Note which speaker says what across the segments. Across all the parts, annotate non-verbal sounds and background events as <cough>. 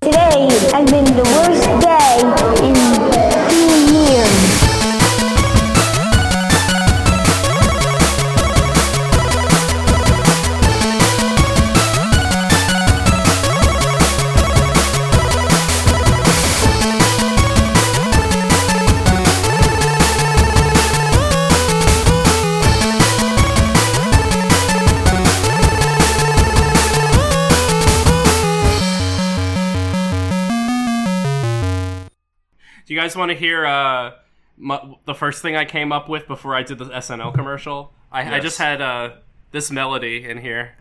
Speaker 1: day. I've been the worst day in two years.
Speaker 2: Do you guys want to hear uh, mu the first thing I came up with before I did the SNL commercial? I, I
Speaker 3: Yes.
Speaker 2: just had uh, this melody in here.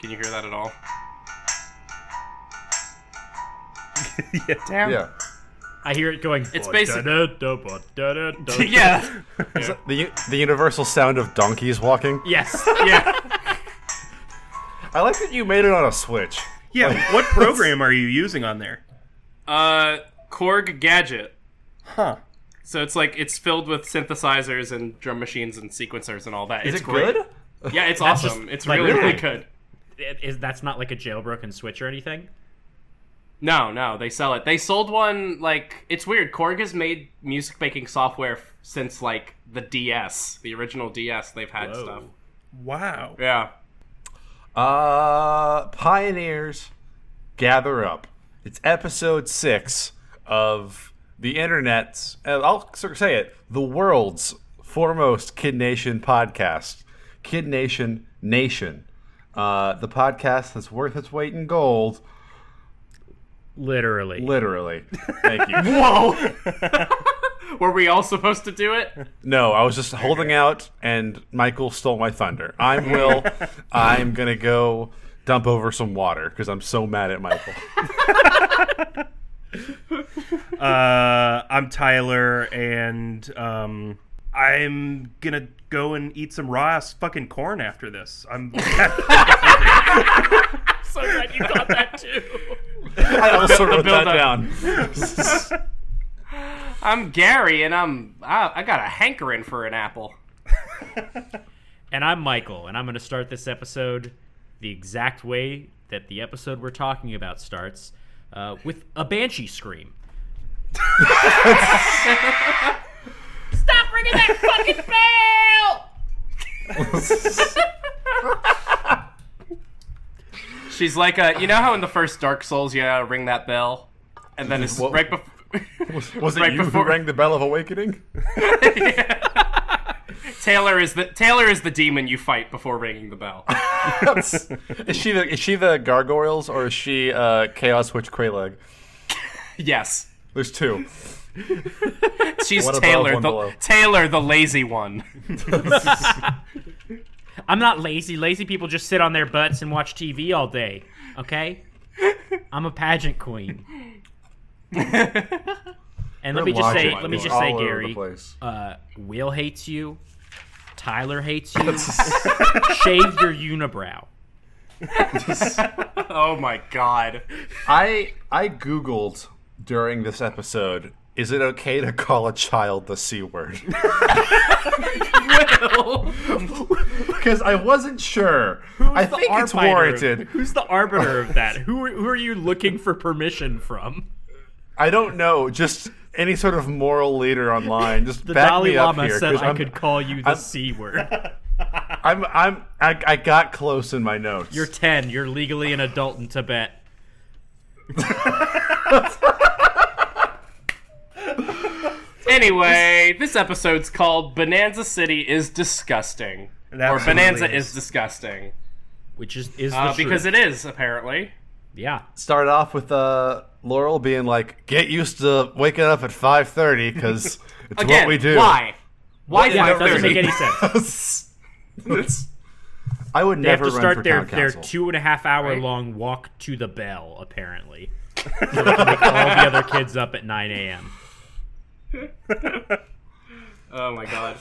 Speaker 2: Can you hear that at all?
Speaker 4: yeah, damn.
Speaker 3: Yeah.
Speaker 5: I hear it going. "Oh,
Speaker 2: It's basic-
Speaker 5: yeah.
Speaker 2: yeah.
Speaker 3: The, the universal sound of donkeys walking.
Speaker 5: Yes.
Speaker 2: Yeah.
Speaker 3: I like that you made it on a Switch.
Speaker 4: Yeah, what program are you using on there?
Speaker 2: Uh, Korg Gadget.
Speaker 4: Huh.
Speaker 2: So it's like it's filled with synthesizers and drum machines and sequencers and all that.
Speaker 3: Is
Speaker 2: it's
Speaker 3: it
Speaker 2: great.
Speaker 3: good?
Speaker 2: Yeah, it's
Speaker 5: That's
Speaker 2: awesome.
Speaker 5: just,
Speaker 2: it's
Speaker 5: like,
Speaker 2: really, really
Speaker 5: really-
Speaker 2: good.
Speaker 5: It- Is that's not like a jailbroken switch or anything?
Speaker 2: No, no, they sell it. They sold one like it's weird. Korg has made music making software f- since like the DS, the original DS. They've had
Speaker 5: Whoa.
Speaker 2: stuff.
Speaker 4: Wow.
Speaker 2: Yeah,
Speaker 3: Uh, pioneers, gather up. It's episode six of the internet's, uh, I'll sort of say it, the world's foremost Kid Nation podcast, Kid Nation Nation. Uh, the podcast that's worth its weight in gold,
Speaker 5: Literally.
Speaker 3: literally. Thank you. <laughs>
Speaker 2: were we all supposed to do it?
Speaker 3: No, I was just holding out, and Michael stole my thunder. I'm
Speaker 5: <laughs>
Speaker 3: Will. I'm gonna go dump over some water because I'm so mad at
Speaker 5: <laughs>
Speaker 3: Michael.
Speaker 4: Uh, I'm Tyler, and um, I'm gonna go and eat some raw ass fucking corn after this.
Speaker 2: <laughs>
Speaker 4: I'm. <laughs>
Speaker 5: so glad <laughs> you got that too.
Speaker 3: I also wrote that
Speaker 2: build-up.
Speaker 3: down.
Speaker 2: I'm Gary, and I'm I, I got a hankering for an apple.
Speaker 5: And I'm Michael, and I'm going to start this episode the exact way that the episode we're talking about starts, uh, with a banshee scream.
Speaker 6: Stop ringing that fucking bell!
Speaker 2: <laughs> She's like a, you know how in the first Dark Souls you uh, ring that bell, and then it's
Speaker 3: What-
Speaker 2: right before.
Speaker 3: <laughs> Was it
Speaker 2: Right
Speaker 3: you
Speaker 2: before-
Speaker 3: who rang the bell of
Speaker 5: <laughs>
Speaker 3: awakening?
Speaker 2: Taylor is the Taylor is the demon you fight before ringing the
Speaker 3: <laughs>
Speaker 2: bell.
Speaker 3: is she the is she the gargoyles or is she uh, Chaos Witch Quayleg?
Speaker 2: yes,
Speaker 3: There's two.
Speaker 2: she's
Speaker 3: One above,
Speaker 2: Taylor
Speaker 3: one
Speaker 2: the
Speaker 3: below.
Speaker 2: Taylor the lazy one. <laughs>
Speaker 5: I'm not lazy. Lazy people just sit on their butts and watch TV all day, okay? I'm a pageant queen. and let me just say,
Speaker 3: Logic
Speaker 5: let me
Speaker 3: is
Speaker 5: just
Speaker 3: all
Speaker 5: say,
Speaker 3: over the
Speaker 5: Gary,
Speaker 3: place.
Speaker 5: uh, Will hates you. Tyler
Speaker 3: <laughs>
Speaker 5: hates you. Shave your unibrow.
Speaker 2: Oh my god.
Speaker 3: I I googled during this episode. Is it okay to call a child the c
Speaker 5: <laughs>
Speaker 3: word? Because I wasn't sure. I
Speaker 5: the
Speaker 3: think it's
Speaker 5: arbiter?
Speaker 3: warranted.
Speaker 5: Who's the arbiter of that? Who are, who are you looking for permission from?
Speaker 3: I don't know. Just any sort of moral leader online. Just
Speaker 5: The
Speaker 3: back
Speaker 5: Dalai
Speaker 3: me up
Speaker 5: Lama
Speaker 3: here,
Speaker 5: said
Speaker 3: 'cause
Speaker 5: I
Speaker 3: I'm-
Speaker 5: could call you the
Speaker 3: I'm-
Speaker 5: C word.
Speaker 3: I'm I'm I, I got close in my notes.
Speaker 5: You're 10. You're legally an adult in Tibet.
Speaker 2: Anyway, this episode's called Bonanza City is disgusting.
Speaker 4: It
Speaker 2: Or
Speaker 4: absolutely
Speaker 2: Bonanza
Speaker 4: is.
Speaker 2: is disgusting.
Speaker 5: Which is, is the
Speaker 2: Uh, because
Speaker 5: truth.
Speaker 2: it is, apparently.
Speaker 5: Yeah.
Speaker 3: Start off with uh Laurel being like, "Get used to waking up at 5:30 because it's
Speaker 2: Again,
Speaker 3: what we do."
Speaker 2: Why? Why
Speaker 3: Yeah,
Speaker 5: Yeah,
Speaker 3: that
Speaker 5: it doesn't
Speaker 2: 530?
Speaker 5: make any
Speaker 3: <laughs>
Speaker 5: sense.
Speaker 3: I would
Speaker 5: They have
Speaker 3: never
Speaker 5: to
Speaker 3: run for
Speaker 5: start their,
Speaker 3: town
Speaker 5: their
Speaker 3: council.
Speaker 5: two and a half hour
Speaker 2: Right.
Speaker 5: long walk to the bell,
Speaker 2: <laughs>
Speaker 5: apparently. So they can wake all the other kids up at 9 a.m.
Speaker 2: Oh my god.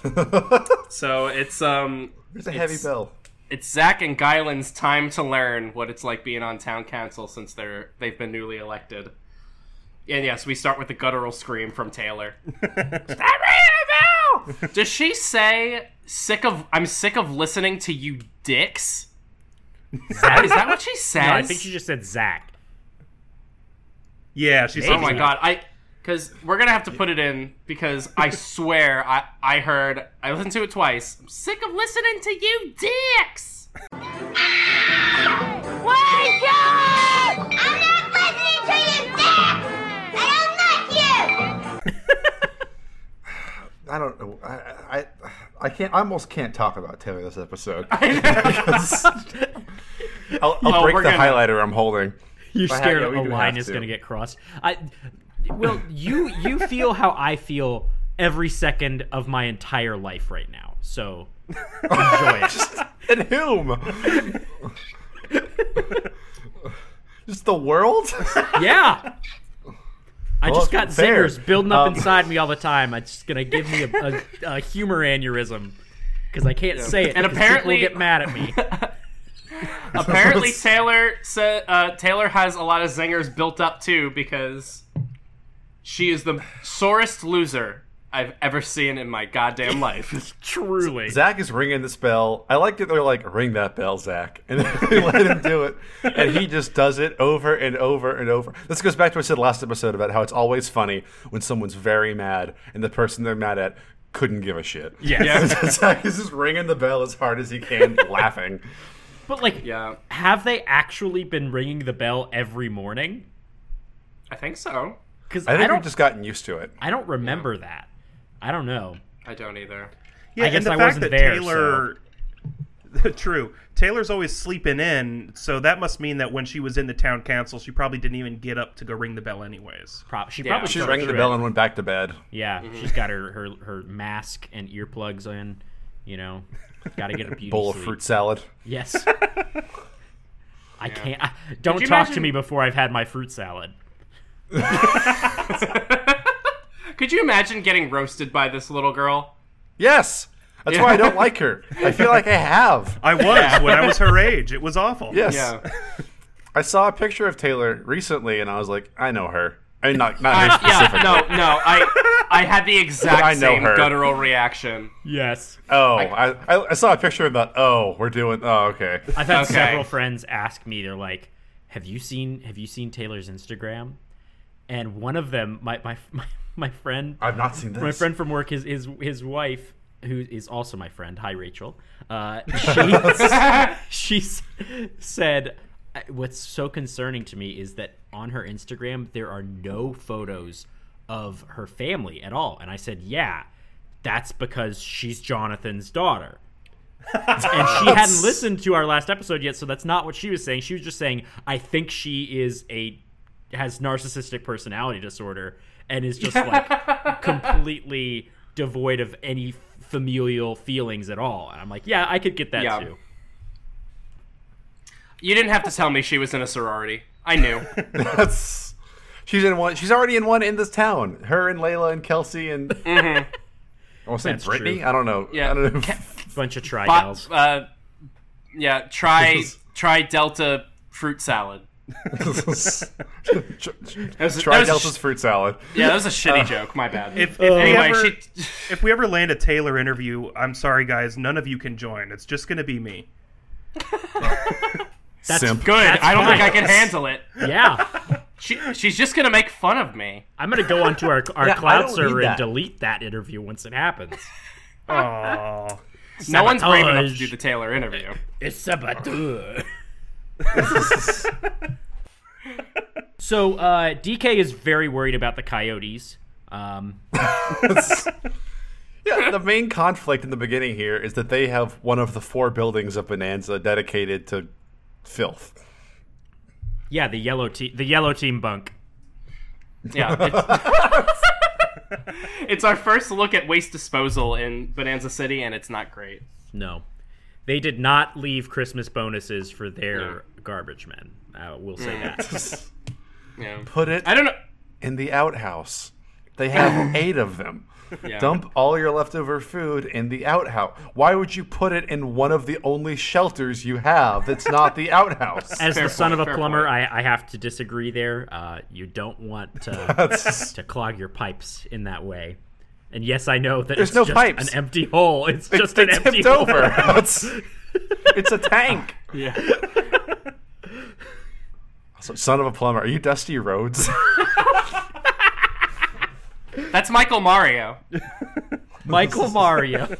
Speaker 3: <laughs>
Speaker 2: so it's um
Speaker 3: There's a heavy bell.
Speaker 2: it's Zach and Guyland's time to learn what it's like being on town council since they're they've been newly elected. And yes, we start with the guttural scream from
Speaker 3: <laughs>
Speaker 2: Taylor. Stop ringing the bell! Does she say sick of I'm sick of listening to you dicks? Zach, is that what she says?
Speaker 5: <laughs> No, I think she just
Speaker 2: <laughs>
Speaker 5: said Zach. <laughs>
Speaker 4: Yeah, she's
Speaker 2: Oh my god, I because we're gonna have to put it in because I swear I I heard I listened to it twice. I'm sick of listening to you dicks.
Speaker 1: Wake up! I'm not listening to you, Dick! I don't like you!
Speaker 3: I don't know. I, I I can't. I almost can't talk about Taylor this
Speaker 5: <laughs>
Speaker 3: episode. <laughs> I'll, I'll
Speaker 2: Oh,
Speaker 3: break
Speaker 2: we're
Speaker 3: the
Speaker 2: gonna-
Speaker 3: highlighter I'm holding.
Speaker 5: You're
Speaker 3: But,
Speaker 5: scared
Speaker 3: yeah, we
Speaker 5: a
Speaker 3: do
Speaker 5: line
Speaker 3: have
Speaker 5: is
Speaker 3: to.
Speaker 5: going to get crossed. I, well, you you feel how I feel every second of my entire life right now. So enjoy it.
Speaker 3: <laughs> And whom?
Speaker 5: <laughs>
Speaker 3: Just the world?
Speaker 5: <laughs> Yeah. I
Speaker 3: Well,
Speaker 5: just got
Speaker 3: fair.
Speaker 5: zingers building up
Speaker 3: Um,
Speaker 5: inside me all the time. It's just gonna give me a, a, a humor aneurysm because I can't say it.
Speaker 2: And
Speaker 5: 'cause people
Speaker 2: apparently-
Speaker 5: will get mad
Speaker 2: <laughs>
Speaker 5: at me.
Speaker 2: Apparently Taylor said uh, Taylor has a lot of zingers built up too because she is the sorest loser I've ever seen in my goddamn
Speaker 5: <laughs>
Speaker 2: life.
Speaker 5: Truly,
Speaker 3: Zach is ringing this bell. I like that they're like, ring that bell, Zach. <laughs> And then they let him do it. And he just does it over and over and over. This goes back to what I said last episode about how it's always funny when someone's very mad and the person they're mad at couldn't give a shit.
Speaker 4: Yes.
Speaker 3: <laughs> Zach is just ringing the bell as hard as he
Speaker 5: <laughs>
Speaker 3: can, laughing.
Speaker 5: but like,
Speaker 2: yeah,
Speaker 5: have they actually been ringing the bell every morning?
Speaker 2: I think so.
Speaker 5: Because
Speaker 3: I
Speaker 5: I,
Speaker 3: think
Speaker 5: don't,
Speaker 3: we've just gotten used to it.
Speaker 5: I don't remember that. I don't know.
Speaker 2: I don't either.
Speaker 4: Yeah,
Speaker 5: I guess
Speaker 4: and the
Speaker 5: I
Speaker 4: fact
Speaker 5: wasn't
Speaker 4: that
Speaker 5: there,
Speaker 4: Taylor. <laughs> True. Taylor's always sleeping in, so that must mean that when she was in the town council, she probably didn't even get up to go ring the bell, anyways.
Speaker 5: Pro- she
Speaker 2: Yeah,
Speaker 5: probably
Speaker 2: she
Speaker 3: She
Speaker 5: slept
Speaker 3: rang the
Speaker 5: through
Speaker 3: bell
Speaker 5: it.
Speaker 3: and went back to bed.
Speaker 5: Yeah,
Speaker 2: Mm-hmm.
Speaker 5: she's got her, her her mask and earplugs in. You know, got to get a beauty
Speaker 3: Bowl of
Speaker 5: sleep.
Speaker 3: fruit salad. <laughs>
Speaker 5: Yes. I can't. I, don't
Speaker 2: you
Speaker 5: talk to
Speaker 2: imagine-
Speaker 5: me before I've had my fruit salad.
Speaker 2: Could you imagine getting roasted by this little girl?
Speaker 3: Yes! That's why I don't like her. I feel like I have.
Speaker 2: <laughs>
Speaker 4: I was when I was her age. It was awful.
Speaker 3: Yes.
Speaker 2: Yeah.
Speaker 3: I saw a picture of Taylor recently, and I was like, I know her. I mean, not not her
Speaker 2: I,
Speaker 3: specifically.
Speaker 2: Uh, yeah, no, no. I I had the exact
Speaker 3: I know
Speaker 2: same
Speaker 3: her.
Speaker 2: guttural reaction.
Speaker 5: Yes.
Speaker 3: Oh, I, I, I saw a picture and thought, oh, we're doing. Oh, okay.
Speaker 5: I've had
Speaker 2: Okay.
Speaker 5: several friends ask me. They're like, "Have you seen Have you seen Taylor's Instagram?" And one of them, my my <laughs> my, my friend,
Speaker 3: I've not seen this.
Speaker 5: my friend from work, his his his wife, who is also my friend. Hi, Rachel. Uh, she <laughs> she s- said, "I- "What's so concerning to me is that on her Instagram there are no photos of her family at all." And I said, "Yeah, that's because she's Jonathan's daughter." and she hadn't listened to our last episode yet, so that's not what she was saying. She was just saying, "I think she is a has narcissistic personality disorder and is
Speaker 3: <laughs>
Speaker 5: just like completely devoid of any familial feelings at all." And I'm like, "Yeah, I could get that
Speaker 2: Yeah.
Speaker 5: too."
Speaker 2: You didn't have to tell me she was in a sorority. I knew.
Speaker 3: <laughs> That's. She's in one. She's already in one in this town. Her and Layla and
Speaker 2: <laughs>
Speaker 3: Kelsey and. I want to say
Speaker 5: That's
Speaker 3: Brittany.
Speaker 5: true.
Speaker 3: I don't know.
Speaker 2: Mm-hmm. Yeah.
Speaker 3: I don't know. <laughs>
Speaker 5: bunch of tri
Speaker 2: But,
Speaker 5: gals.
Speaker 2: uh, yeah, try try Delta fruit salad. was- that
Speaker 3: Try
Speaker 2: was-
Speaker 3: Delta's fruit salad.
Speaker 2: Yeah, that was a shitty joke. My bad.
Speaker 4: If, if
Speaker 2: Oh. anyway,
Speaker 4: we ever,
Speaker 2: she.
Speaker 4: if we ever land a Taylor interview, I'm sorry, guys. None of you can join. It's just going to
Speaker 2: <laughs>
Speaker 4: be me.
Speaker 5: That's
Speaker 3: Simp.
Speaker 2: Good. I don't think I can handle it.
Speaker 5: Yeah,
Speaker 2: She, she's just gonna make fun of me.
Speaker 5: I'm gonna go onto our our
Speaker 3: Yeah, I
Speaker 5: cloud
Speaker 3: don't
Speaker 5: server
Speaker 3: need
Speaker 5: and
Speaker 3: that.
Speaker 5: delete that interview once it happens.
Speaker 4: Aww.
Speaker 2: No one's brave enough to
Speaker 5: Sabotage.
Speaker 2: do the Taylor interview.
Speaker 5: It's saboteur. <laughs> so uh, DK is very worried about the coyotes. Um,
Speaker 3: Yeah, the main conflict in the beginning here is that they have one of the four buildings of Bonanza dedicated to
Speaker 2: <laughs>
Speaker 3: filth.
Speaker 5: yeah, the yellow team, the yellow team bunk.
Speaker 2: Yeah. It's, it's our first look at waste disposal in Bonanza City, and it's not great.
Speaker 5: No, they did not leave Christmas bonuses for their garbage men. Uh, we'll say
Speaker 3: Mm. <laughs>
Speaker 5: that.
Speaker 2: Yeah.
Speaker 3: Put it
Speaker 2: I don't know.
Speaker 3: in the outhouse. They
Speaker 5: <laughs>
Speaker 3: have eight of them.
Speaker 2: Yeah.
Speaker 3: Dump all your leftover food in the outhouse. Why would you put it in one of the only shelters you have that's not the outhouse? <laughs>
Speaker 5: As
Speaker 2: Fair
Speaker 5: the son
Speaker 2: point,
Speaker 5: of a
Speaker 2: fair
Speaker 5: plumber,
Speaker 2: point.
Speaker 5: I, I have to disagree there. Uh, you don't
Speaker 3: <laughs>
Speaker 5: want to, to clog your pipes in that way. And yes, I know that
Speaker 3: There's
Speaker 5: it's
Speaker 3: no
Speaker 5: just
Speaker 3: pipes.
Speaker 5: an empty hole. It's <laughs> just
Speaker 3: they
Speaker 5: an empty
Speaker 3: tipped
Speaker 5: hole.
Speaker 3: over. <laughs> That's- It's a tank.
Speaker 5: <laughs> Yeah.
Speaker 3: <laughs> So, son of a plumber. Are you Dusty Rhodes?
Speaker 2: That's Michael Mario.
Speaker 5: <laughs> Michael Mario.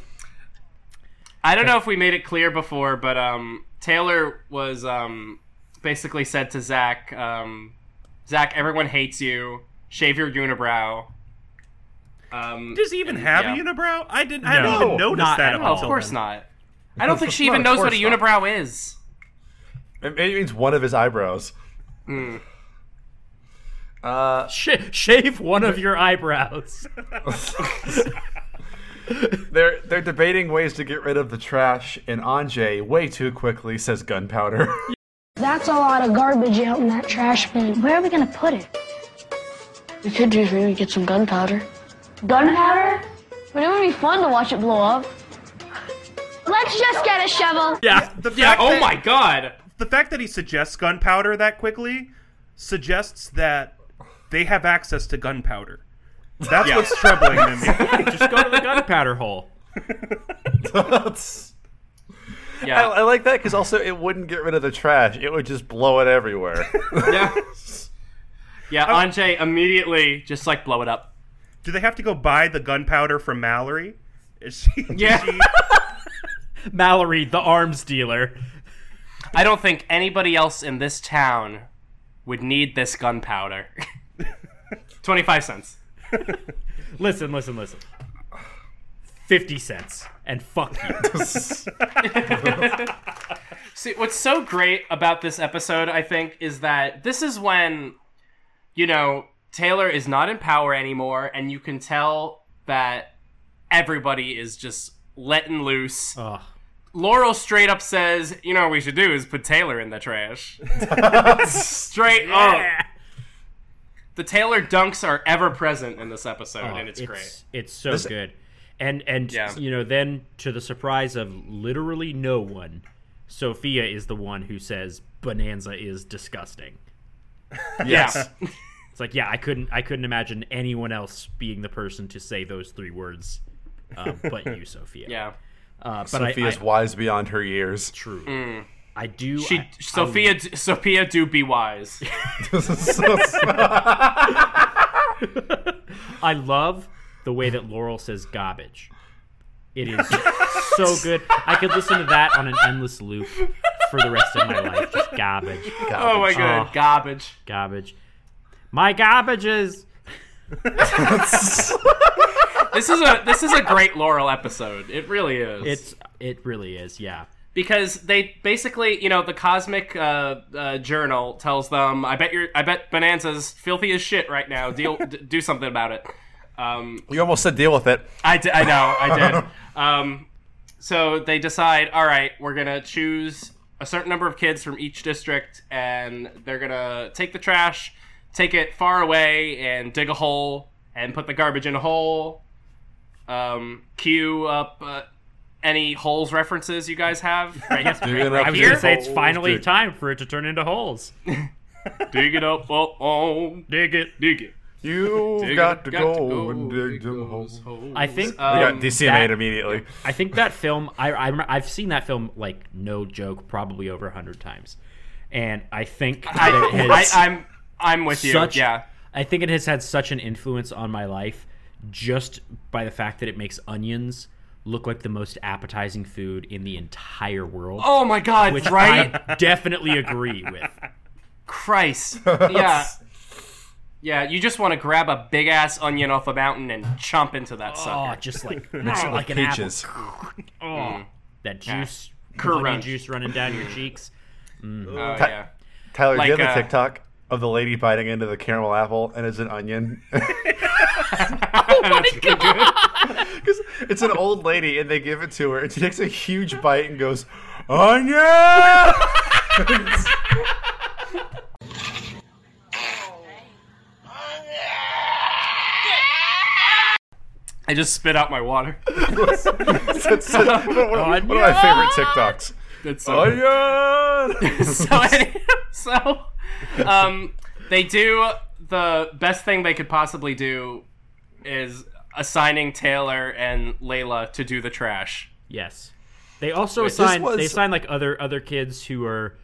Speaker 2: I don't know if we made it clear before, but um, Taylor was um, basically said to Zach, um, Zach, everyone hates you. Shave your unibrow. Um,
Speaker 4: Does he even have
Speaker 2: yeah.
Speaker 4: a unibrow? I didn't. I didn't
Speaker 5: No,
Speaker 4: even notice
Speaker 5: not
Speaker 4: that.
Speaker 5: at
Speaker 4: up
Speaker 2: no, of
Speaker 4: until
Speaker 2: course
Speaker 4: then.
Speaker 2: not. I don't think she
Speaker 3: No,
Speaker 2: even
Speaker 3: of
Speaker 2: knows what a
Speaker 3: course not.
Speaker 2: unibrow is.
Speaker 3: <laughs> it it means one of his eyebrows. Uh,
Speaker 5: Sh- shave one of your
Speaker 4: <laughs>
Speaker 5: eyebrows.
Speaker 3: <laughs> they're they're debating ways to get rid of the trash, and Anjay way too quickly says gunpowder. <laughs>
Speaker 7: That's a lot of garbage out in that trash bin. Where are we gonna put it? We could just really get some gunpowder.
Speaker 1: Gunpowder?
Speaker 7: But it would be fun to watch it blow up.
Speaker 1: Let's just get a shovel.
Speaker 5: Yeah.
Speaker 4: The fact
Speaker 2: Yeah. Oh
Speaker 4: that-
Speaker 2: my god.
Speaker 4: The fact that he suggests gunpowder that quickly suggests that they have access to gunpowder. That's what's troubling them.
Speaker 2: <laughs>
Speaker 5: Just go to the gunpowder hole.
Speaker 3: That's- I,
Speaker 2: Yeah.
Speaker 3: I like that because also it wouldn't get rid of the trash; it would just blow it everywhere. <laughs>
Speaker 2: yeah. Yeah. Anjay immediately just like blow it up.
Speaker 4: Do they have to go buy the gunpowder from Mallory? Is she?
Speaker 2: Yeah.
Speaker 4: She,
Speaker 5: Mallory, the arms dealer.
Speaker 2: I don't think anybody else in this town would need this gunpowder. <laughs> Twenty-five cents.
Speaker 5: Listen, listen, listen. 50 cents. And fuck
Speaker 2: <laughs>
Speaker 5: you.
Speaker 2: See, what's so great about this episode, I think, is that this is when, you know, Taylor is not in power anymore, and you can tell that everybody is just letting loose.
Speaker 5: Ugh.
Speaker 2: Laurel straight up says, you know, what we should do is put Taylor in the <laughs> trash. straight up. The Taylor dunks are ever present in this episode,
Speaker 5: Oh,
Speaker 2: and it's, great.
Speaker 5: It's so good. And and
Speaker 2: Yeah.
Speaker 5: you know, then to the surprise of literally no one, Sophia is the one who says Bonanza is disgusting.
Speaker 2: Yes.
Speaker 5: It's like, yeah, I couldn't I couldn't imagine anyone else being the person to say those three words. Uh, but you, Sophia.
Speaker 2: Yeah.
Speaker 5: Uh, <laughs> but
Speaker 3: Sophia's
Speaker 5: I, I,
Speaker 3: wise beyond her years. <laughs>
Speaker 5: true. I do.
Speaker 2: Mm. She,
Speaker 5: I-
Speaker 2: Sophia, d Sophia, do be wise.
Speaker 5: <laughs> I love the way that Laurel says garbage. It is
Speaker 2: <laughs>
Speaker 5: so good. I could listen to that on an endless loop for the rest of my life. Just garbage,
Speaker 2: <laughs> oh my god, garbage.
Speaker 5: garbage. My garbage is.
Speaker 2: This is a this is a great Laurel episode. It really is.
Speaker 5: It's. It really is. Yeah.
Speaker 2: because they basically, you know, the Cosmic uh, uh, Journal tells them, "I bet you're, I bet Bonanza's filthy as shit right now. Deal, <laughs> d- do something about it." Um,
Speaker 3: You almost said deal with it.
Speaker 2: I, d- I know, I
Speaker 3: <laughs>
Speaker 2: did. Um, so they decide, all right, we're gonna choose a certain number of kids from each district, and they're gonna take the trash, take it far away, and dig a hole, and put the garbage in a hole. Um, cue up uh, any holes references you guys have.
Speaker 5: <laughs>
Speaker 2: Right, right,
Speaker 3: it up,
Speaker 2: right
Speaker 5: I
Speaker 3: dig
Speaker 5: was
Speaker 2: here.
Speaker 5: gonna say it's
Speaker 3: Holes,
Speaker 5: finally
Speaker 3: dude.
Speaker 5: time for it to turn into holes.
Speaker 2: dig it up, oh, oh,
Speaker 5: Dig it.
Speaker 2: dig it.
Speaker 3: You've
Speaker 2: Dig
Speaker 3: got
Speaker 2: it,
Speaker 3: to go and dig the holes.
Speaker 2: those holes.
Speaker 5: I think-
Speaker 3: We got
Speaker 2: Um,
Speaker 3: DCMA'd
Speaker 5: Um, that-
Speaker 3: immediately.
Speaker 5: I think that film. I, I remember, I've seen that film like no joke, probably over a hundred times, and I think
Speaker 2: I,
Speaker 5: that
Speaker 2: <laughs>
Speaker 5: it has-
Speaker 2: I, I'm, I'm with you.
Speaker 5: such-
Speaker 2: yeah.
Speaker 5: I think it has had such an influence on my life just by the fact that it makes onions look like the most appetizing food in the entire world.
Speaker 2: Oh my god,
Speaker 5: which
Speaker 2: right?
Speaker 5: I definitely agree
Speaker 2: <laughs>
Speaker 5: with.
Speaker 2: Christ. Yeah. Yeah, you just want to grab a big ass onion off a mountain and chomp into that
Speaker 5: Oh,
Speaker 2: sucker.
Speaker 5: just like
Speaker 2: <laughs>
Speaker 5: oh, like an apple.
Speaker 3: Peaches.
Speaker 5: Oh, that juice,
Speaker 2: Correct.
Speaker 5: onion juice running down your cheeks.
Speaker 2: Oh, yeah.
Speaker 3: Tyler,
Speaker 2: Like,
Speaker 3: do you have
Speaker 2: uh,
Speaker 3: the TikTok of the lady biting into the caramel apple and it's an onion?
Speaker 5: Oh
Speaker 2: That's pretty good.
Speaker 3: 'Cause it's an old lady and they give it to her and she takes a huge bite and goes, Onion! <laughs>
Speaker 2: I just spit out my water.
Speaker 3: That's it. one, of, one of my favorite TikToks.
Speaker 2: That's <laughs> so good.
Speaker 3: Onion!
Speaker 2: so, any- <laughs> so um, they do the best thing they could possibly do is assigning Taylor and Layla to do the trash.
Speaker 5: Yes. They also
Speaker 3: this
Speaker 5: assign
Speaker 3: was-
Speaker 5: they assign like other other kids who are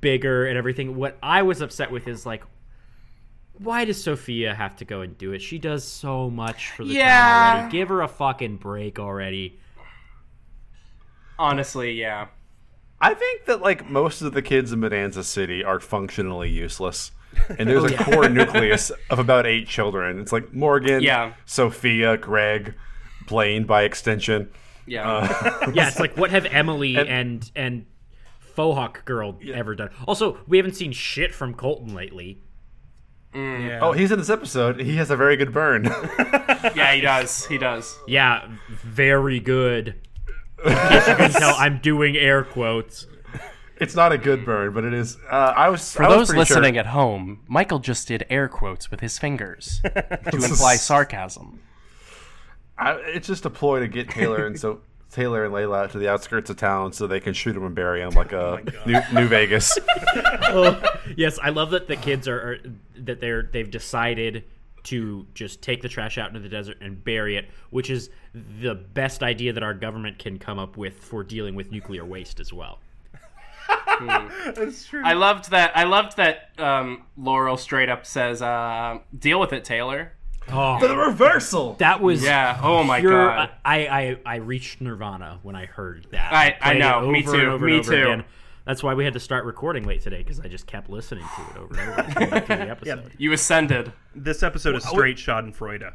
Speaker 5: bigger and everything. What I was upset with is like, why does Sophia have to go and do it? She does so much for the
Speaker 2: Yeah.
Speaker 5: town already. Give her a fucking break already.
Speaker 2: Honestly, yeah.
Speaker 3: I think that like most of the kids in Bonanza City are functionally useless. And there's a core nucleus of about eight children. It's like Morgan,
Speaker 2: Yeah.
Speaker 3: Sophia, Greg, Blaine by <laughs> extension.
Speaker 2: Yeah.
Speaker 3: Uh.
Speaker 5: Yeah, it's like what have Emily and and, Fohawk girl ever done? Also, we haven't seen shit from Colton lately.
Speaker 3: Oh, he's in this episode. He has a very good burn. <laughs>
Speaker 2: yeah, he does. He does.
Speaker 5: Yeah, very good. In case you can tell, I'm doing air quotes.
Speaker 3: it's not a good burn, but it is. Uh, I was I
Speaker 2: For
Speaker 3: was
Speaker 2: those
Speaker 3: pretty sure-
Speaker 2: listening at home, Michael just did air quotes with his fingers to imply sarcasm.
Speaker 3: I, it's just a ploy to get Taylor and so <laughs> Taylor and Layla out to the outskirts of town so they can shoot him and bury him <laughs> like a New, New <laughs> Vegas.
Speaker 5: Yes, I love that the kids are, are that they're they've decided to just take the trash out into the desert and bury it, which is the best idea that our government can come up with for dealing with nuclear waste as well.
Speaker 4: That's true.
Speaker 2: I loved that. I loved that. Um, Laurel straight up says, uh, "Deal with it, Taylor."
Speaker 5: Oh,
Speaker 3: the reversal.
Speaker 5: that was
Speaker 2: Yeah. Oh my
Speaker 5: pure-
Speaker 2: god.
Speaker 5: I, I I reached Nirvana when I heard that.
Speaker 2: I- I
Speaker 5: played it
Speaker 2: know, me
Speaker 5: over and
Speaker 2: too,
Speaker 5: over
Speaker 2: me
Speaker 5: and over
Speaker 2: too.
Speaker 5: again. That's why we had to start recording late today because I just kept listening to it over and over again after the episode.
Speaker 2: you ascended.
Speaker 4: This episode is straight Schadenfreude.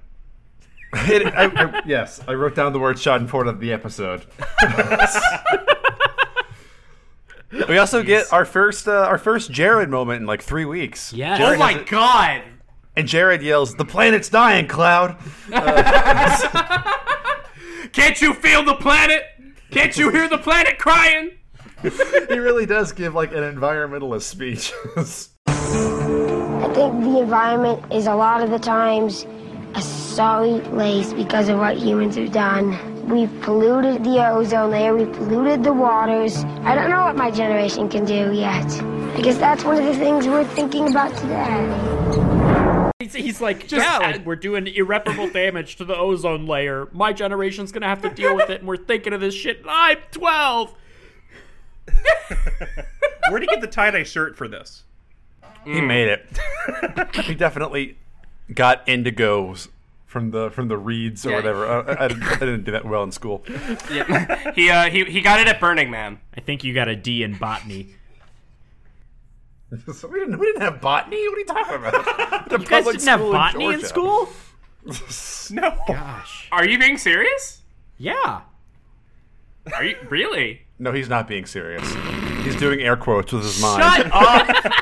Speaker 3: It- <laughs> I- I- yes, I wrote down the word Schadenfreude of the episode. <laughs> we also get our first uh, our first Jared moment in like three weeks.
Speaker 5: Yes.
Speaker 2: Oh my god.
Speaker 3: and Jared yells, "The planet's dying, Cloud." <laughs>
Speaker 2: Can't you feel the planet? Can't you hear the planet crying?
Speaker 3: he really does give like an environmentalist speech.
Speaker 7: I think the environment is a lot of the times a sorry place because of what humans have done. We've polluted the ozone layer, we've polluted the waters. I don't know what my generation can do yet. I guess that's one of the things we're thinking about today.
Speaker 5: He's, he's like, yeah, like we're doing irreparable damage to the ozone layer. My generation's gonna have to deal with it, and we're thinking of this shit. and I'm 12.
Speaker 4: Where do you get the tie dye shirt for this?
Speaker 3: he made it. <laughs> he definitely got indigos from the from the reeds or
Speaker 2: Yeah.
Speaker 3: whatever. I, I, didn't- I didn't do that well in school.
Speaker 2: Yeah. he uh, he he got it at Burning Man.
Speaker 5: I think you got a D in botany.
Speaker 3: <laughs> So we didn't we didn't have botany. What are you talking <laughs> about? The
Speaker 5: You guys
Speaker 3: public
Speaker 5: didn't have
Speaker 3: school in
Speaker 5: botany in
Speaker 3: Georgia.
Speaker 5: school?
Speaker 4: No.
Speaker 5: Gosh.
Speaker 2: Are you being serious?
Speaker 5: Yeah.
Speaker 2: Are you really?
Speaker 3: No, he's not being serious. He's doing air quotes with his mind.
Speaker 2: Shut <laughs> up.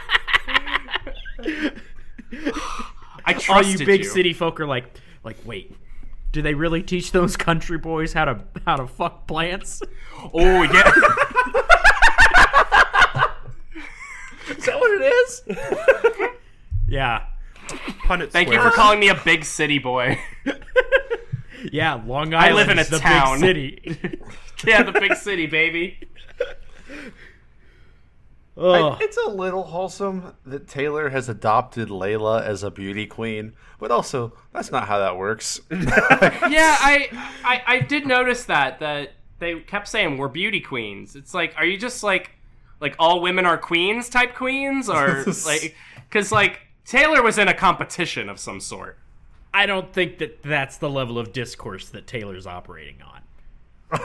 Speaker 2: I trusted
Speaker 5: All you big
Speaker 2: you.
Speaker 5: city folk are like, like, wait, do they really teach those country boys how to how to fuck plants? <laughs>
Speaker 2: Oh yeah.
Speaker 3: Is that what it is?
Speaker 5: Yeah.
Speaker 4: Punnett
Speaker 2: Thank you for
Speaker 4: swears.
Speaker 2: calling me a big city boy.
Speaker 5: Yeah, Long Island.
Speaker 2: live in a
Speaker 5: the
Speaker 2: town.
Speaker 5: big
Speaker 2: <laughs>
Speaker 5: city.
Speaker 2: yeah, the big city, baby.
Speaker 5: Ugh.
Speaker 3: <laughs> It's a little wholesome that Taylor has adopted Layla as a beauty queen, but also that's not how that works.
Speaker 2: <laughs> Yeah, I, I I did notice that that they kept saying we're beauty queens. It's like, are you just like like all women are queens type queens
Speaker 3: <laughs>
Speaker 2: or like cuz like Taylor was in a competition of some sort.
Speaker 5: I don't think that that's the level of discourse that Taylor's operating on.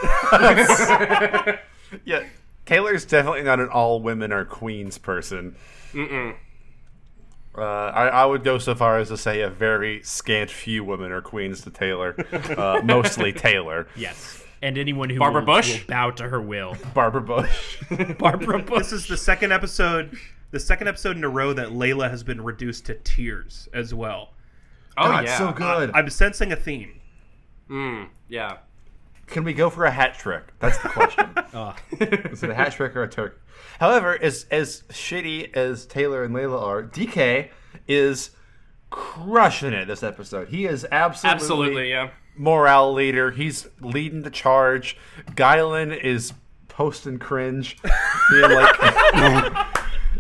Speaker 3: yeah, Taylor's definitely not an all women are queens person. Mm-mm. Uh, I, I would go so far as to say a very scant few women are queens to Taylor,
Speaker 2: <laughs>
Speaker 3: uh, mostly Taylor.
Speaker 5: Yes. And anyone who
Speaker 2: Barbara
Speaker 5: will,
Speaker 2: Bush?
Speaker 5: will bow to
Speaker 2: <laughs>
Speaker 5: her will.
Speaker 3: Barbara Bush.
Speaker 5: Barbara Bush.
Speaker 4: This is the second episode, the second episode in a row that Layla has been reduced to tears as well.
Speaker 2: Oh
Speaker 3: God,
Speaker 2: yeah.
Speaker 3: so good.
Speaker 4: I'm sensing a theme.
Speaker 2: Yeah.
Speaker 3: Can we go for a hat trick? That's
Speaker 2: <laughs>
Speaker 3: the question.
Speaker 2: Uh.
Speaker 3: Is it a hat trick or a turkey? However, as as shitty as Taylor and Layla are, DK is crushing it this episode. He is absolutely,
Speaker 2: Absolutely, yeah.
Speaker 3: morale leader. He's leading the charge. Guylin is posting cringe. Being like <laughs>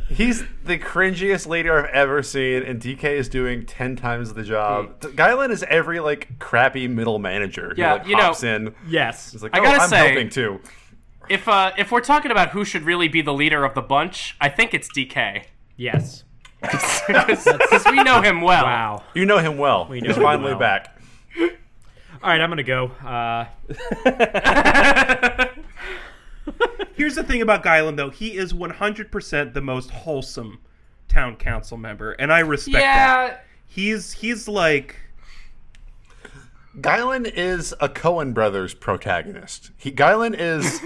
Speaker 3: He's the cringiest leader I've ever seen, and DK is doing ten times the job. Guylin is every like crappy middle manager. who,
Speaker 2: Hmm. Yeah,
Speaker 3: like,
Speaker 2: you know-
Speaker 3: hops in.
Speaker 5: Yes.
Speaker 3: It's like,
Speaker 2: I
Speaker 3: oh,
Speaker 2: gotta <laughs>
Speaker 3: I'm
Speaker 2: say-
Speaker 3: helping too.
Speaker 2: If uh, if we're talking about who should really be the leader of the bunch, I think it's DK
Speaker 5: Yes.
Speaker 2: because we know him well. <laughs>
Speaker 5: Wow.
Speaker 3: You know him well.
Speaker 5: know
Speaker 3: He's
Speaker 5: him
Speaker 3: finally
Speaker 5: well.
Speaker 3: back.
Speaker 5: All right, I'm gonna go.
Speaker 3: <laughs>
Speaker 5: Uh,
Speaker 4: Here's the thing about Guylin, though. He is 100% the most wholesome town council member, and I respect that.
Speaker 2: Yeah,
Speaker 4: He's he's like
Speaker 3: Guylin is a Cohen Brothers protagonist. He, Guylin is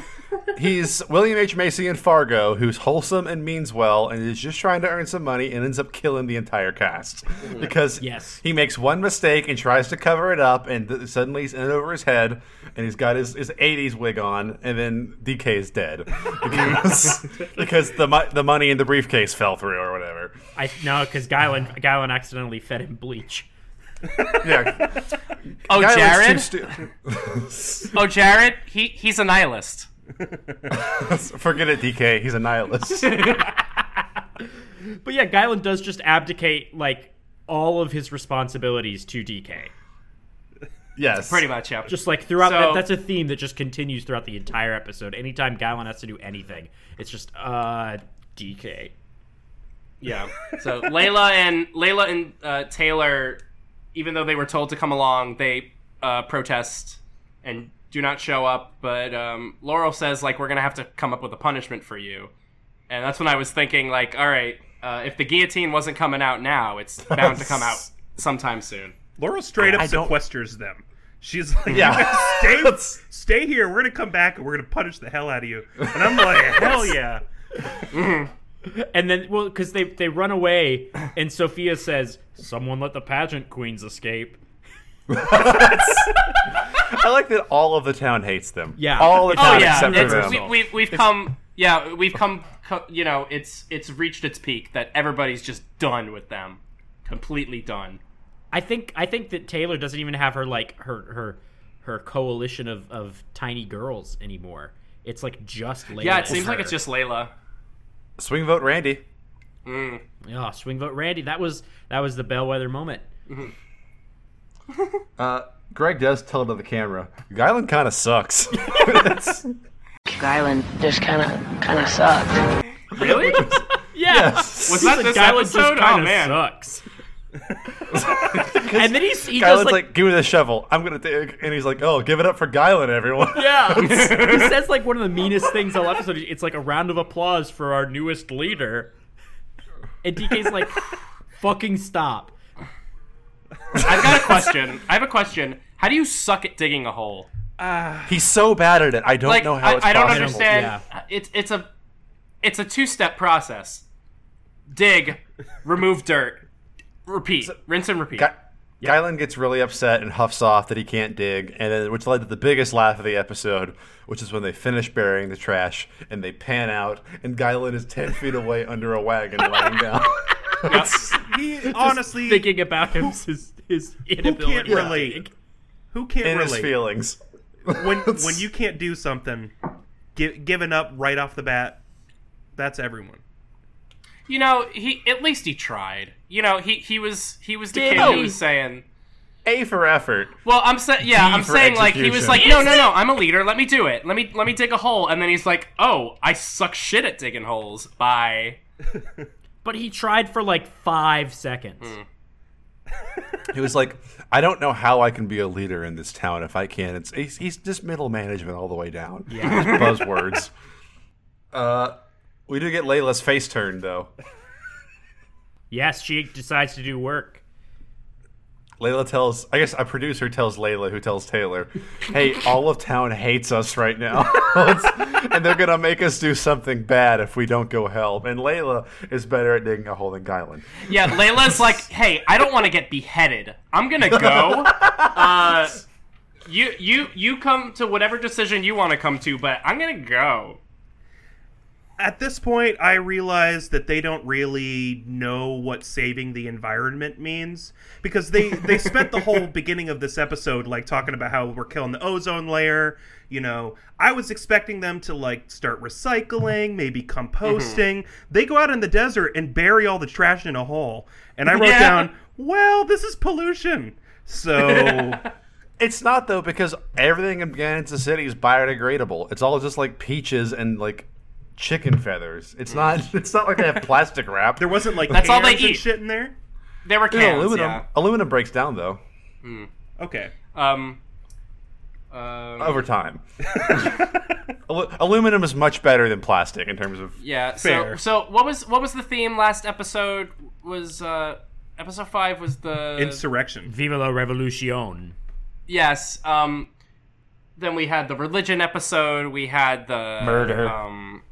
Speaker 3: he's William H Macy in Fargo, who's wholesome and means well, and is just trying to earn some money and ends up killing the entire cast because
Speaker 5: Yes.
Speaker 3: he makes one mistake and tries to cover it up, and th- suddenly he's in it over his head, and he's got his, his '80s wig on, and then DK is dead because, because the mo- the money in the briefcase fell through or whatever.
Speaker 5: I no, because Guylin Guylin accidentally fed him bleach.
Speaker 3: Yeah.
Speaker 2: Oh,
Speaker 3: Guy looks
Speaker 2: Jared?
Speaker 3: too stu- <laughs>
Speaker 2: Oh, Jared, he he's a nihilist.
Speaker 3: Forget it, DK. He's a nihilist.
Speaker 5: But yeah, Guylin does just abdicate like all of his responsibilities to DK.
Speaker 3: yes.
Speaker 2: Pretty much, yeah.
Speaker 5: Just like throughout,
Speaker 2: So-
Speaker 5: that, that's a theme that just continues throughout the entire episode. Anytime Guylin has to do anything, it's just uh DK.
Speaker 2: yeah. So Layla and Layla and uh, Taylor, even though they were told to come along, they uh, protest and do not show up. But um, Laurel says like we're gonna have to come up with a punishment for you, and that's when I was thinking like, all right, uh, if the guillotine wasn't coming out now, it's bound to come out sometime soon.
Speaker 4: Laurel straight up
Speaker 3: Oh, I don't-
Speaker 4: sequesters them. She's like,
Speaker 3: Yeah.
Speaker 4: yeah, <laughs>
Speaker 3: <laughs>
Speaker 4: stay,
Speaker 3: That's-
Speaker 4: stay here. We're gonna come back and we're gonna punish the hell out of you. And
Speaker 3: <laughs>
Speaker 4: I'm like, hell yeah.
Speaker 5: And then, well, because they they run away, and Sophia says, "Someone let the pageant queens escape."
Speaker 3: <laughs> I like that all of the town hates them.
Speaker 5: Yeah.
Speaker 3: All the
Speaker 5: Oh,
Speaker 3: town
Speaker 2: yeah,
Speaker 3: except for
Speaker 2: it's- we,
Speaker 3: them.
Speaker 2: we've we've come. Yeah, we've come. co- You know, it's it's reached its peak that everybody's just done with them, completely done.
Speaker 5: I think I think that Taylor doesn't even have her like her her her coalition of of tiny girls anymore. It's like just Layla.
Speaker 2: Yeah, it
Speaker 5: and
Speaker 2: seems like
Speaker 5: her.
Speaker 2: it's just Layla.
Speaker 3: Swing vote Randy.
Speaker 5: oh, swing vote Randy. That was that was the bellwether moment.
Speaker 3: Uh, Greg does tell to the camera. Guylin kind
Speaker 2: <laughs>
Speaker 3: of sucks. That's-
Speaker 8: Guyland just kind of kind of sucked.
Speaker 2: Really?
Speaker 5: Yeah,
Speaker 3: yes. <laughs>
Speaker 2: Was that <laughs> this
Speaker 5: Guylin just
Speaker 2: episode?
Speaker 5: kind
Speaker 2: oh
Speaker 5: of
Speaker 2: man.
Speaker 5: sucks. and then he's, he
Speaker 3: Guylin's
Speaker 5: does
Speaker 3: like,
Speaker 5: like,
Speaker 3: give me the shovel. I'm gonna dig, and he's like, oh, give it up for Guylin, everyone.
Speaker 5: yeah, <laughs> he
Speaker 2: <laughs>
Speaker 5: says like one of the meanest things all episode. It's like a round of applause for our newest leader. And DK's like, fucking stop.
Speaker 2: I've got a question. I have a question. How do you suck at digging a hole?
Speaker 3: <laughs> He's so bad at it. I don't
Speaker 2: Like
Speaker 3: know how
Speaker 2: I,
Speaker 3: it's
Speaker 2: I don't
Speaker 3: possible.
Speaker 2: understand. It's it's a it's a two step process. Dig, remove dirt, repeat, rinse and repeat.
Speaker 3: Guy- Guylin gets really upset and huffs off that he can't dig, and then which led to the biggest laugh of the episode, which is when they finish burying the trash and they pan out, and Guylin is ten feet away under a wagon lying down.
Speaker 4: He honestly
Speaker 5: Thinking about him, his his
Speaker 4: who
Speaker 5: inability.
Speaker 4: can't
Speaker 5: to
Speaker 4: relate.
Speaker 5: dig.
Speaker 4: Who can't
Speaker 3: in his
Speaker 4: relate?
Speaker 3: feelings. <laughs>
Speaker 4: when when you can't do something, gi- giving up right off the bat, that's everyone.
Speaker 2: You know, he at least he tried. You know, he he was he was the
Speaker 5: Did
Speaker 2: kid who
Speaker 5: he?
Speaker 2: was saying.
Speaker 3: A for effort.
Speaker 2: Well, I'm saying, yeah,
Speaker 3: D
Speaker 2: I'm
Speaker 3: for
Speaker 2: saying like he was
Speaker 3: execution.
Speaker 2: like, no, no, no, I'm a leader. Let me do it. Let me let me dig a hole, and then he's like, oh, I suck shit at digging holes. Bye.
Speaker 5: But he tried for like five seconds.
Speaker 2: Hmm.
Speaker 3: He was like, I don't know how I can be a leader in this town if I can't. It's he's, he's just middle management all the way down. Yeah, <laughs> buzzwords. Uh, we do get Layla's face turned though.
Speaker 5: Yes, she decides to do work.
Speaker 3: Layla tells, I guess a producer tells Layla, who tells Taylor, "Hey, all of town hates us right now, <laughs> and they're gonna make us do something bad if we don't go help." And Layla is better at digging a hole than Guylin.
Speaker 2: Yeah, Layla's
Speaker 5: <laughs>
Speaker 2: like, hey, I don't want to get beheaded. I'm gonna go. Uh, you you you come to whatever decision you want to come to, but I'm gonna go.
Speaker 4: At this point, I realize that they don't really know what saving the environment means because they they spent
Speaker 2: <laughs>
Speaker 4: the whole beginning of this episode like talking about how we're killing the ozone layer. You know, I was expecting them to like start recycling, maybe composting.
Speaker 2: Mm-hmm.
Speaker 4: They go out in the desert and bury all the trash in a hole. And I wrote
Speaker 2: Yeah. <laughs>
Speaker 4: down, well, this is pollution. So
Speaker 3: It's not though because everything in Kansas City is biodegradable. It's all just like peaches and like chicken feathers.
Speaker 2: Mm.
Speaker 3: It's not. It's not like they have plastic wrap.
Speaker 4: There wasn't like
Speaker 2: That's all they
Speaker 4: cans and
Speaker 2: eat.
Speaker 4: shit in there.
Speaker 2: There were
Speaker 3: There's
Speaker 2: cans,
Speaker 3: aluminum.
Speaker 2: yeah.
Speaker 3: Aluminum breaks down though
Speaker 4: Okay.
Speaker 2: Um, um,
Speaker 3: over
Speaker 2: <laughs>
Speaker 3: time. Alu- aluminum is much better than plastic in terms of.
Speaker 2: yeah.
Speaker 4: fair.
Speaker 2: So, so what was what was the theme last episode? Was uh, episode five was the
Speaker 4: Insurrection.
Speaker 5: Viva la revolution.
Speaker 2: Yes. Um, then we had the religion episode. We had the
Speaker 9: Murder.
Speaker 2: Um,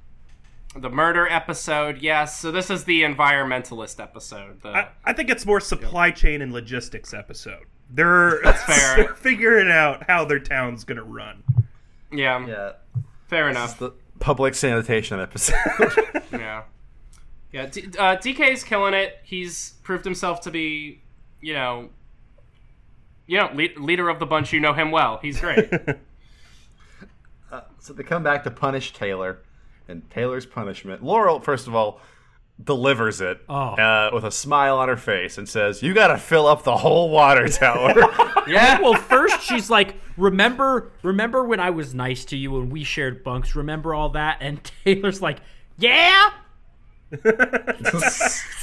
Speaker 2: the murder episode. Yes. So this is the environmentalist episode. The,
Speaker 4: I, I think it's more supply chain and logistics episode. They're
Speaker 2: fair.
Speaker 4: they're <laughs> figuring out how their town's gonna run.
Speaker 2: yeah, Fair enough.
Speaker 3: The public sanitation episode. <laughs>
Speaker 2: Yeah. Yeah. D- uh, DK's killing it. He's proved himself to be, you know, you know, lead- leader of the bunch. You know him well. He's great.
Speaker 3: so they come back to punish Taylor, and Taylor's punishment. Laurel, first of all, delivers it
Speaker 5: Oh.
Speaker 3: uh, with a smile on her face and says, "You got to fill up the whole water tower." <laughs>
Speaker 2: yeah.
Speaker 5: <laughs> Well, first she's like, "Remember, remember when I was nice to you and we shared bunks? Remember all that?" And <laughs> Taylor's like, "Yeah." so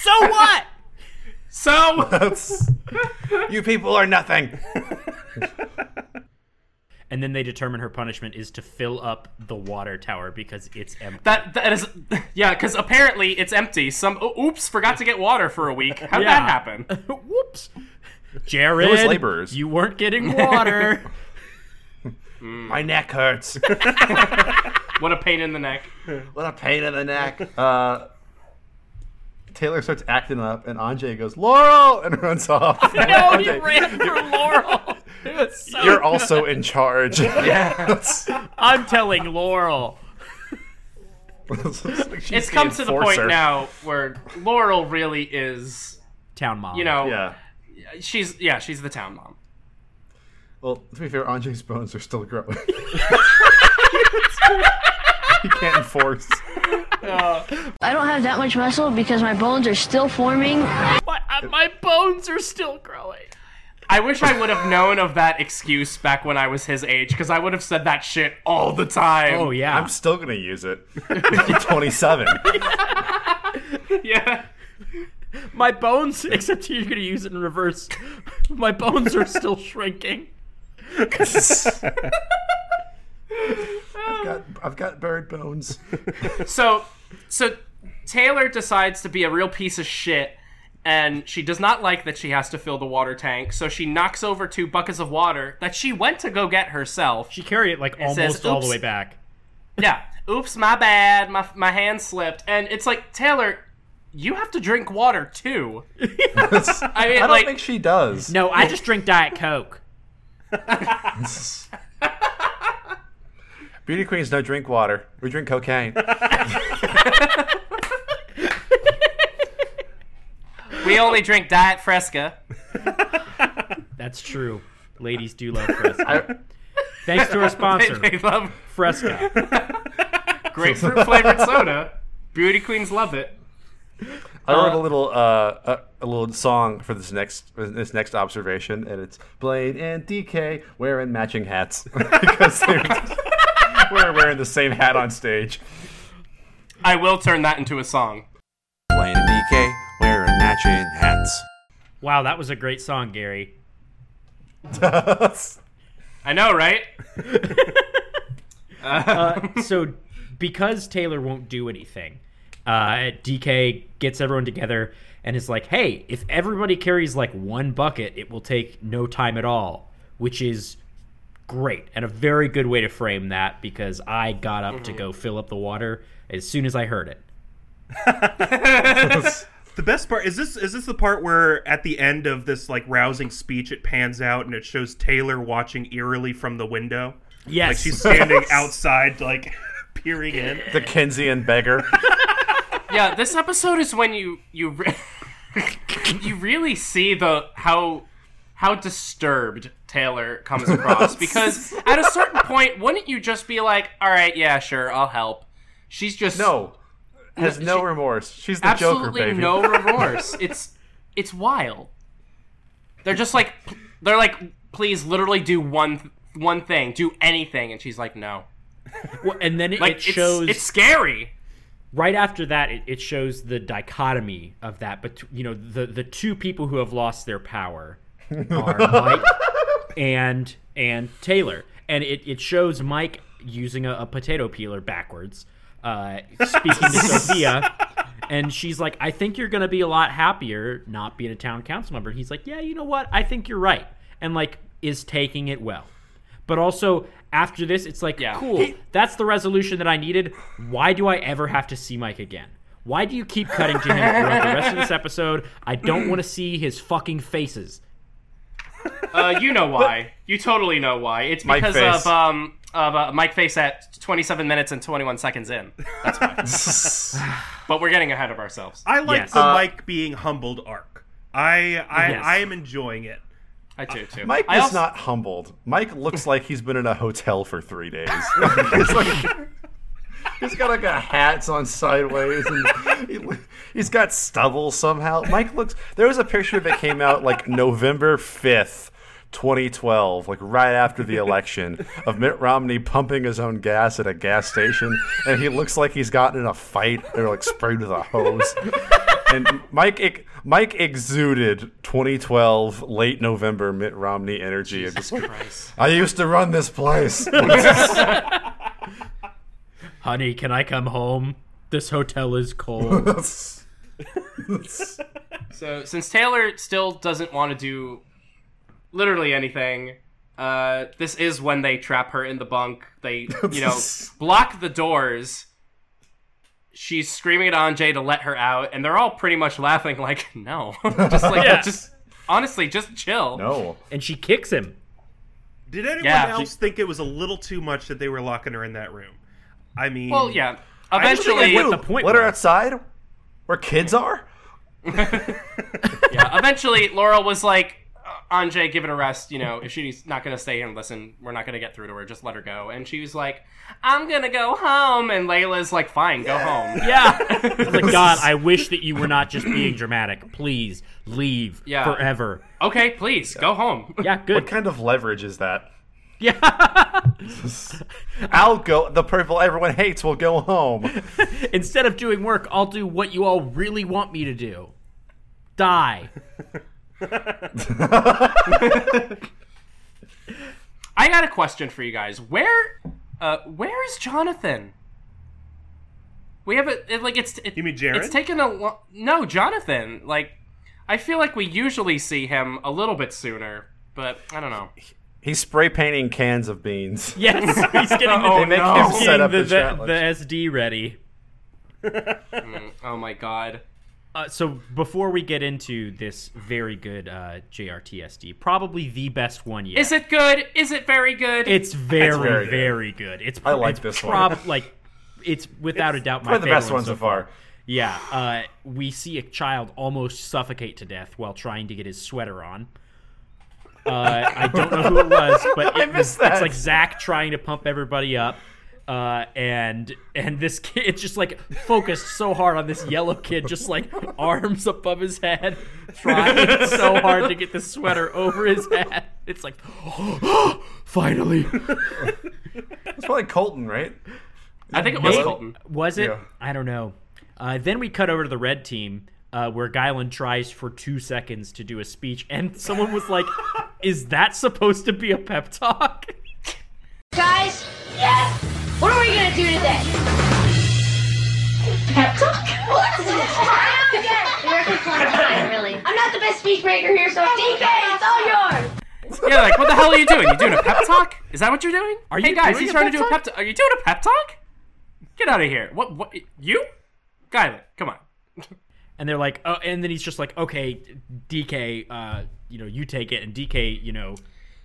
Speaker 5: what?
Speaker 2: <laughs> so
Speaker 3: That's- you people are nothing.
Speaker 5: And then they determine her punishment is to fill up the water tower because it's empty.
Speaker 2: that that is <laughs> yeah, because apparently it's empty. Some o- oops, forgot to get water for a week. How'd
Speaker 5: Yeah.
Speaker 2: that happen?
Speaker 5: Whoops. Jared,
Speaker 3: Those laborers.
Speaker 5: you weren't getting water. <laughs>
Speaker 3: My neck hurts.
Speaker 2: <laughs>
Speaker 3: <laughs>
Speaker 2: What a pain in the neck.
Speaker 3: what a pain in the neck. Uh, Taylor starts acting up, and Anjay goes, Laurel! and runs off.
Speaker 5: no,
Speaker 3: Anjay,
Speaker 5: you ran for Laurel. It's so-
Speaker 3: You're also in charge. <laughs> yeah.
Speaker 5: I'm telling Laurel.
Speaker 2: <laughs> It's come to the point now where Laurel really is,
Speaker 5: Town mom.
Speaker 2: you know,
Speaker 3: Yeah.
Speaker 2: she's yeah, she's the town mom.
Speaker 3: Well, to be fair, Anjay's bones are
Speaker 2: <laughs>
Speaker 3: still growing. he can't enforce.
Speaker 8: I don't have that much muscle because my bones are still forming.
Speaker 5: My, uh, my bones are still growing.
Speaker 2: I wish I would have known of that excuse back when I was his age, because I would have said that shit all the time.
Speaker 5: Oh yeah.
Speaker 3: I'm still going to use it. I'm 27.
Speaker 2: <laughs> yeah.
Speaker 5: My bones, <laughs> except you're gonna use it in reverse. My bones
Speaker 2: <laughs>
Speaker 5: are still shrinking.
Speaker 3: I've got, I've got bird bones.
Speaker 2: So, so Taylor decides to be a real piece of shit, and she does not like that she has to fill the water tank. So she knocks over two buckets of water that she went to go get herself.
Speaker 5: She carried it like almost
Speaker 2: says,
Speaker 5: all
Speaker 2: "Oops."
Speaker 5: the way back.
Speaker 2: yeah. Oops, my bad. My my hand slipped, and it's like Taylor, you have to drink water too. I mean,
Speaker 3: <laughs> I don't
Speaker 2: like,
Speaker 3: think she does.
Speaker 5: No, I just drink Diet Coke.
Speaker 3: Beauty queens don't drink water. We drink cocaine.
Speaker 2: we only drink Diet Fresca.
Speaker 5: That's true. Ladies do love Fresca. Thanks
Speaker 2: <laughs>
Speaker 5: to
Speaker 2: They,
Speaker 5: our sponsor,
Speaker 2: they love
Speaker 5: Fresca.
Speaker 2: grapefruit flavored soda. Beauty queens love it.
Speaker 3: I wrote a little uh, a, a little song for this next for this next observation, and it's Blaine and DK wearing matching hats <laughs> because they we're wearing the same hat on stage.
Speaker 2: I will turn that into a song.
Speaker 3: Blaine and DK wearing matching hats.
Speaker 5: Wow, that was a great song, Gary.
Speaker 2: I know, right?
Speaker 5: so because Taylor won't do anything, uh, DK gets everyone together and is like, "Hey, if everybody carries like one bucket, it will take no time at all," which is great and a very good way to frame that because I got up
Speaker 2: Mm-hmm.
Speaker 5: to go fill up the water as soon as I heard it.
Speaker 4: The best part is this is this the part where at the end of this like rousing speech it pans out and it shows Taylor watching eerily from the window.
Speaker 5: Yes,
Speaker 4: Like she's standing outside like <laughs> peering in.
Speaker 3: the Kinsian beggar.
Speaker 2: yeah this episode is when you you re- <laughs> you really see the how how disturbed taylor comes
Speaker 3: <laughs>
Speaker 2: across because at a certain point wouldn't you just be like all right yeah sure i'll help she's just
Speaker 3: No, has no remorse. She's the Joker,
Speaker 2: absolutely
Speaker 3: baby. <laughs>
Speaker 2: no remorse it's it's wild they're just like pl- they're like please literally do one one thing, do anything, and she's like, no.
Speaker 5: <laughs> Well, and then it,
Speaker 2: Like
Speaker 5: it
Speaker 2: it's,
Speaker 5: shows
Speaker 2: it's scary.
Speaker 5: right after that it, it shows the dichotomy of that but you know the the two people who have lost their power are mike and and taylor and it, it shows mike using a, a potato peeler backwards uh, speaking to sophia and she's like i think you're gonna be a lot happier not being a town council member and he's like yeah you know what i think you're right and like is taking it well but also after this, it's like,
Speaker 2: Yeah.
Speaker 5: cool, that's the resolution that I needed. Why do I ever have to see Mike again? Why do you keep cutting to him throughout the rest of this episode? I don't want to see his fucking faces.
Speaker 2: Uh, you know why? you totally know why. It's
Speaker 3: Mike
Speaker 2: because
Speaker 3: Face.
Speaker 2: of um of uh, Mike Face at 27 minutes and 21 seconds in. That's why. but we're getting ahead of ourselves. I,
Speaker 4: I like
Speaker 5: Yes.
Speaker 4: the
Speaker 5: Uh,
Speaker 4: Mike being humbled arc. I I,
Speaker 5: Yes.
Speaker 4: I am enjoying it.
Speaker 2: do too.
Speaker 3: Mike
Speaker 2: I
Speaker 3: is
Speaker 2: also-
Speaker 3: not humbled. Mike looks like he's been in a hotel for three
Speaker 2: <laughs>
Speaker 3: days. <laughs> It's like- he's got like a hat's on sideways, and he, he's got stubble somehow. Mike looks. There was a picture that came out like November fifth. 2012, like right after the election, of Mitt Romney pumping his own gas at a gas station, and he looks like he's gotten in a fight or like sprayed with a hose. and Mike ex- Mike exuded 2012 late November Mitt Romney energy. of just like, I used to run this place. <laughs>
Speaker 5: Honey, can I come home? This hotel
Speaker 3: <laughs>
Speaker 5: is cold.
Speaker 2: So since Taylor still doesn't want to do literally anything, uh, this is when they trap her in the bunk. They, you know, block the doors. She's screaming at Anjay to let her out, and they're all pretty much laughing like, <laughs> "No, just like,
Speaker 5: Yeah.
Speaker 2: just honestly, just chill."
Speaker 3: no.
Speaker 5: and she kicks him.
Speaker 4: Did anyone
Speaker 2: Yeah,
Speaker 4: else
Speaker 2: she-
Speaker 4: think it was a little too much that they were locking her in that room? I mean,
Speaker 2: Well, yeah.
Speaker 4: just think I
Speaker 2: Eventually,
Speaker 5: the point
Speaker 3: Let her
Speaker 5: was.
Speaker 3: outside, where kids are.
Speaker 2: yeah, eventually, Laurel was like, "Uh, Anjay, give it a rest. You know, if she's not going to stay here and listen, we're not going to get through to her. Just let her go. And she was like, I'm going to go home. And Layla's like, fine, go home. <laughs>
Speaker 5: Yeah. It's like, God, I wish that you were not just being dramatic. Please leave
Speaker 2: Yeah.
Speaker 5: forever.
Speaker 2: Okay, please, go home.
Speaker 5: Yeah,
Speaker 3: What
Speaker 5: good.
Speaker 3: kind of leverage is that?
Speaker 5: Yeah.
Speaker 3: I'll go. The purple everyone hates will go home.
Speaker 5: <laughs>
Speaker 3: <laughs>
Speaker 5: Instead of doing work, I'll do what you all really want me to do. Die.
Speaker 2: I got a question for you guys. Where, uh, where is Jonathan? We have a it, like it's it,
Speaker 4: You mean Jared?
Speaker 2: It's taken a lo- no Jonathan. Like I feel like we usually see him a little bit sooner, but I don't know.
Speaker 3: He's spray painting cans of beans.
Speaker 5: Yes, he's getting the,
Speaker 2: Oh,
Speaker 5: he's
Speaker 2: no.
Speaker 5: getting
Speaker 3: Set up
Speaker 5: the,
Speaker 3: the
Speaker 5: the,
Speaker 3: challenge.
Speaker 5: the SD ready.
Speaker 2: Oh my god.
Speaker 5: Uh, so before we get into this very good uh, JRTSD, probably the best one yet.
Speaker 2: Is it good? Is it very good?
Speaker 5: It's very,
Speaker 3: very
Speaker 5: very,
Speaker 3: good.
Speaker 5: good. It's
Speaker 3: I like
Speaker 5: it's
Speaker 3: this
Speaker 5: prob-
Speaker 3: one.
Speaker 5: like it's without a doubt my
Speaker 3: Probably the
Speaker 5: favorite
Speaker 3: best one so far.
Speaker 5: Yeah, uh, we see a child almost suffocate to death while trying to get his sweater on. Uh, I don't know who it was,
Speaker 3: <laughs>
Speaker 5: but it was,
Speaker 3: missed
Speaker 5: it's
Speaker 3: that.
Speaker 5: like Zach trying to pump everybody up, uh, and and this kid it's just like focused so hard on this yellow kid, just like arms above his head,
Speaker 3: <laughs>
Speaker 5: trying so hard to get the sweater over his head. It's like, finally,
Speaker 3: It's probably Colton, right?
Speaker 2: I think it was
Speaker 5: Maybe-
Speaker 2: Colton.
Speaker 5: Was it?
Speaker 3: Yeah.
Speaker 5: I don't know. Uh, then we cut over to the red team, uh, where Guylin tries for two seconds to do a speech, and someone was
Speaker 3: <laughs>
Speaker 5: like, "Is that supposed to be a pep talk?"
Speaker 7: Guys,
Speaker 1: Yes!
Speaker 7: what are we gonna do today?
Speaker 1: Pep talk? <laughs> What is this? I don't get it.
Speaker 8: really.
Speaker 1: I'm not the best speech maker here, so DK, it's all yours!
Speaker 2: Yeah, like what the hell are you doing? You doing a pep talk? Is that what you're doing?
Speaker 5: Are
Speaker 2: hey
Speaker 5: you
Speaker 2: guys,
Speaker 5: doing
Speaker 2: he's
Speaker 5: a
Speaker 2: trying
Speaker 5: pep
Speaker 2: to do a
Speaker 5: talk?
Speaker 2: pep talk. Are you doing a pep talk? Get out of here. What? What? You? Guylin, come on.
Speaker 5: And they're like, "Oh," and then he's just like, "Okay, DK, uh, you know, you take it," and DK, you know.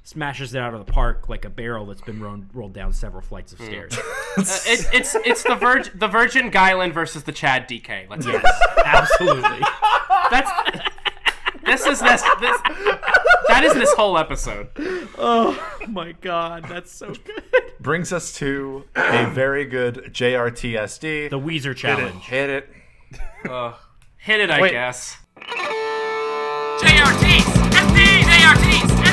Speaker 5: Smashes it out of the park like a barrel that's been rolled, rolled down several flights of
Speaker 3: Hmm. <laughs>
Speaker 5: stairs.
Speaker 2: Uh, it, it's it's the virgin the virgin Guylin versus the Chad DK. Let's yes.
Speaker 5: Absolutely. Oh
Speaker 2: That's this is this this that is this whole episode.
Speaker 5: Oh my god, that's
Speaker 3: <laughs>
Speaker 5: so good.
Speaker 3: Brings us to a very good JRTSD.
Speaker 5: The Weezer challenge.
Speaker 3: Hit it.
Speaker 2: Hit it, I
Speaker 3: Wait.
Speaker 2: guess.
Speaker 6: JRTs! SD! JRTs! SD! JRTs!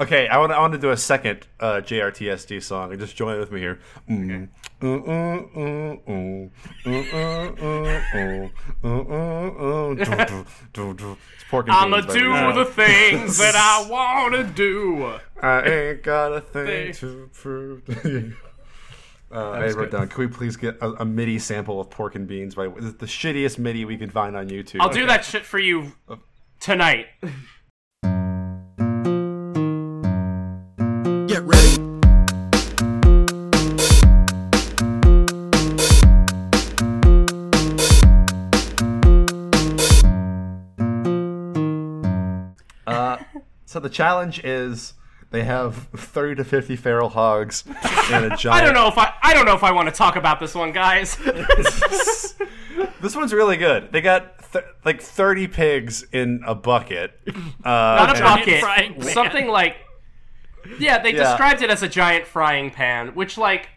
Speaker 3: Okay, I want to I want to do a second uh, JRTSD song. and Just join with me here. Mm. Mm, mm, mm, mm. Mm, mm, mm, mm. Mm, mm, mm. Do, do, do, do. It's pork and
Speaker 2: I'ma
Speaker 3: beans, baby.
Speaker 2: do the things that
Speaker 5: <laughs>
Speaker 2: I wanna do.
Speaker 3: I ain't got a thing to prove. <laughs> uh, I
Speaker 2: was
Speaker 3: wrote
Speaker 2: good.
Speaker 3: down. Can we please get a, a MIDI sample of Pork and Beans by this is the shittiest MIDI we could find on YouTube?
Speaker 2: I'll do that shit for you
Speaker 3: Oh.
Speaker 2: tonight.
Speaker 9: Get ready.
Speaker 3: Uh, So the challenge is they have thirty to fifty feral hogs and a
Speaker 2: <laughs>
Speaker 3: giant.
Speaker 2: I don't know if I I don't know if I want to talk about this one, guys.
Speaker 3: <laughs> This one's really good. They got th- like thirty pigs in a bucket. Uh,
Speaker 2: Not a
Speaker 3: and-
Speaker 2: bucket,
Speaker 5: frying pan.
Speaker 2: something like yeah. They
Speaker 3: Yeah.
Speaker 2: described it as a giant frying pan, which like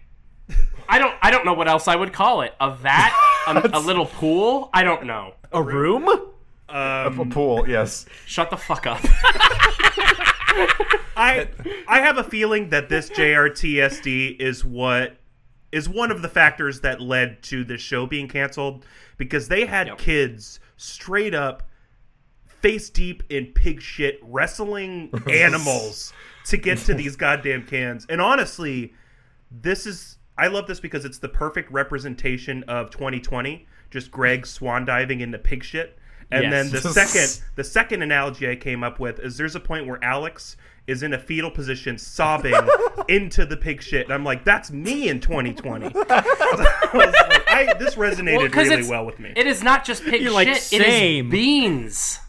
Speaker 2: I don't I don't know what else I would call it. A vat, a, a little pool. I don't know.
Speaker 5: A room?
Speaker 3: A pool, yes.
Speaker 2: Shut the fuck up.
Speaker 4: I I have a feeling that this JRTSD is what is one of the factors that led to the show being canceled because they had kids straight up face deep in pig shit wrestling animals to get to these goddamn cans. And honestly, this is I love this because it's the perfect representation of 2020. Just Greg swan diving into pig shit. And
Speaker 5: Yes.
Speaker 4: then the second the second analogy I came up with is there's a point where Alex is in a fetal position sobbing into the pig shit. And I'm like, that's me in 2020. I was like, I- this resonated
Speaker 2: 'cause
Speaker 4: really
Speaker 2: it's-
Speaker 4: well with me.
Speaker 2: It is not just pig
Speaker 5: You're like,
Speaker 2: shit. It
Speaker 5: same.
Speaker 2: is beans.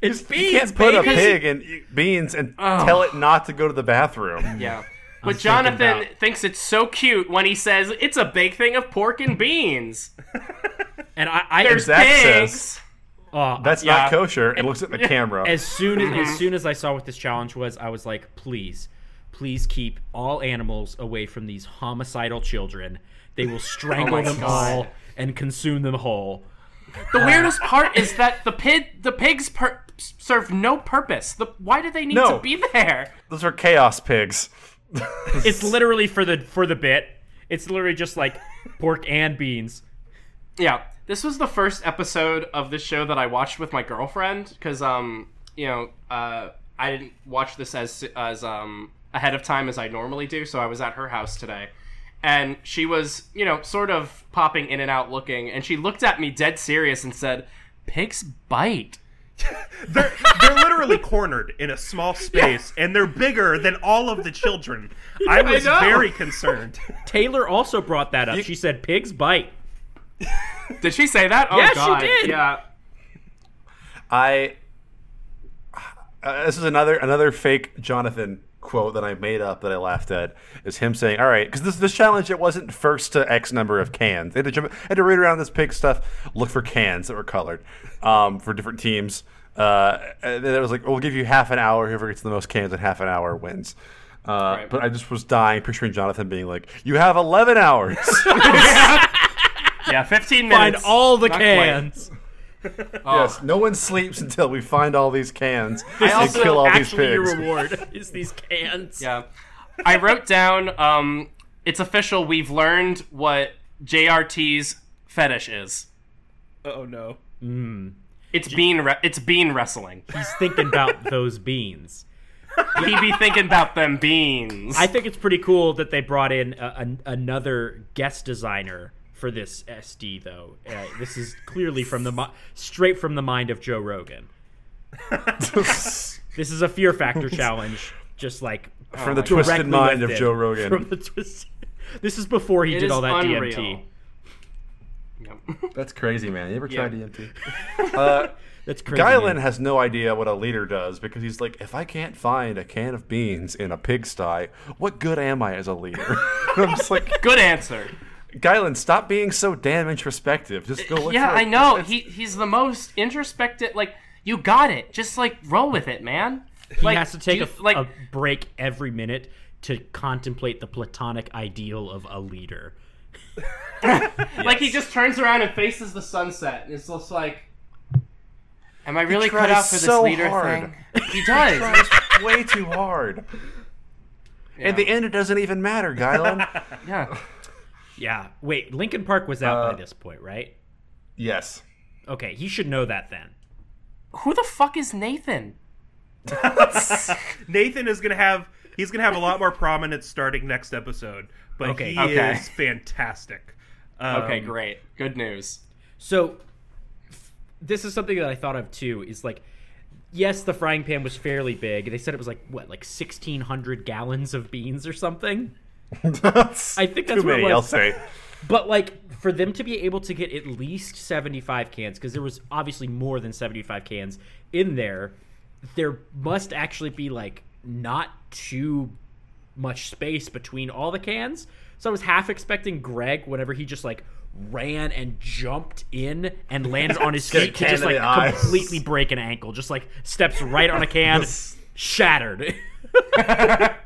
Speaker 5: It's beans,
Speaker 3: You can't put a
Speaker 5: baby. Oh.
Speaker 3: pig in beans and tell it not to go to the bathroom.
Speaker 2: Yeah. But
Speaker 5: thinking
Speaker 2: Jonathan
Speaker 5: about-
Speaker 2: thinks it's so cute when he says it's a big thing of pork and beans.
Speaker 5: And I, I
Speaker 2: There's
Speaker 3: Zach
Speaker 2: pigs.
Speaker 3: says-
Speaker 5: oh,
Speaker 3: That's
Speaker 2: Yeah.
Speaker 3: not kosher. It looks at the camera.
Speaker 5: as soon as
Speaker 2: Mm-hmm.
Speaker 5: as soon as I saw what this challenge was, I was like, please, please keep all animals away from these homicidal children.
Speaker 2: <laughs>
Speaker 5: They will strangle
Speaker 2: Oh my
Speaker 5: them
Speaker 2: God.
Speaker 5: all and consume them whole.
Speaker 2: The weirdest part is that the pig, the pigs per- serve no purpose. The, why do they need
Speaker 3: No.
Speaker 2: to be there?
Speaker 3: Those are chaos pigs.
Speaker 5: It's literally for the for the bit. It's literally just like pork and beans.
Speaker 2: Yeah, this was the first episode of this show that I watched with my girlfriend because um you know uh I didn't watch this as as um ahead of time as I normally do, so I was at her house today. And she was, you know, sort of popping in and out looking, and she looked at me dead serious and said, Pigs bite.
Speaker 4: They're, they're literally cornered in
Speaker 2: <laughs>
Speaker 4: a small space, and they're bigger than all of the children. I was
Speaker 2: know.
Speaker 4: very concerned. <laughs>
Speaker 5: Taylor also brought that up. she said pigs bite.
Speaker 2: Did she say that? Oh,
Speaker 5: Yes, she
Speaker 2: God.
Speaker 5: did.
Speaker 2: Yeah.
Speaker 3: I. Uh, this is another another fake Jonathan quote that I made up that I laughed at is him saying, "All right, because this this challenge it wasn't first to X number of cans. They had to jump, had to read around this pig stuff, look for cans that were colored um, for different teams. Uh, and then it was like, we'll give you half an hour. Whoever gets the most cans in half an hour wins." Uh, But I just was dying, picturing Jonathan being like, "You have eleven hours." <laughs>
Speaker 2: Yeah, 15
Speaker 5: Find
Speaker 2: minutes.
Speaker 5: all the
Speaker 2: Not quite. <laughs>
Speaker 5: cans.
Speaker 3: yes, no one sleeps until we find all these cans
Speaker 5: This
Speaker 3: and
Speaker 5: is
Speaker 3: kill all these
Speaker 5: actually your
Speaker 3: pigs.
Speaker 5: reward is these cans.
Speaker 2: Yeah. I wrote down um it's official we've learned what JRT's fetish is. Mm.
Speaker 4: Oh no!
Speaker 2: It's bean re- it's bean wrestling.
Speaker 5: He's thinking about those beans.
Speaker 2: He be thinking about them beans.
Speaker 5: I think it's pretty cool that they brought in a, an another guest designer for this SD, though. Uh, this is clearly from the mi- straight from the mind of Joe Rogan.
Speaker 3: <laughs>
Speaker 5: This is a Fear Factor challenge, just like uh,
Speaker 3: from the twisted
Speaker 5: directly
Speaker 3: mind of
Speaker 5: lifted
Speaker 3: Joe
Speaker 5: From
Speaker 3: Rogan.
Speaker 5: the twist. This is before he
Speaker 2: It
Speaker 5: did
Speaker 2: is
Speaker 5: all that
Speaker 2: unreal.
Speaker 5: DMT.
Speaker 2: Yep.
Speaker 3: That's crazy, man. You ever
Speaker 2: Yeah.
Speaker 3: tried E DMT? uh,
Speaker 5: That's crazy.
Speaker 3: Guylin
Speaker 5: man.
Speaker 3: has no idea what a leader does because he's like, if I can't find a can of beans in a pigsty, what good am I as a leader? <laughs> I'm just like,
Speaker 2: Good answer.
Speaker 3: Guylin, stop being so damn introspective. Just go look.
Speaker 2: Yeah,
Speaker 3: for
Speaker 2: I know. He he's the most introspective like you got it. Just like roll with it, man.
Speaker 5: He
Speaker 2: like,
Speaker 5: has to take
Speaker 2: do
Speaker 5: a,
Speaker 2: you- like
Speaker 5: a break every minute to contemplate the platonic ideal of a leader.
Speaker 2: like he just turns around and faces the sunset and it's just like Am I really cut
Speaker 3: tries
Speaker 2: out for this
Speaker 3: so
Speaker 2: leader <laughs>
Speaker 3: hard.
Speaker 2: thing? He does.
Speaker 3: way
Speaker 2: <laughs>
Speaker 3: too hard. And the end, it doesn't even
Speaker 2: <laughs>
Speaker 3: matter, Guylin.
Speaker 2: Yeah.
Speaker 5: Yeah. Wait, Lincoln Park was out
Speaker 3: Uh,
Speaker 5: by this point, right?
Speaker 3: <laughs> yes.
Speaker 5: Okay, he should know that then.
Speaker 2: Who the fuck is Nathan?
Speaker 4: Nathan is gonna have he's gonna have a lot more prominence starting next episode, but
Speaker 5: Okay.
Speaker 4: he
Speaker 2: Okay.
Speaker 4: is fantastic. Um,
Speaker 2: Okay, great. Good news.
Speaker 5: So f- this is something that I thought of too is like yes, the frying pan was fairly big. They said it was like what, like 1600 gallons of beans or something. I think that's
Speaker 3: Too
Speaker 5: what it
Speaker 3: many,
Speaker 5: was.
Speaker 3: I'll say.
Speaker 5: But like for them to be able to get at least 75 cans because there was obviously more than 75 cans in there, there must actually be like not too much space between all the cans. So I was half expecting Greg whenever he just like ran and jumped in
Speaker 3: <laughs>
Speaker 5: and lands on his
Speaker 3: Get a
Speaker 5: feet to
Speaker 3: can
Speaker 5: just
Speaker 3: in
Speaker 5: like
Speaker 3: the eye.
Speaker 5: completely break an ankle, just like steps right on
Speaker 3: <laughs>
Speaker 5: a can, shattered.
Speaker 3: <laughs>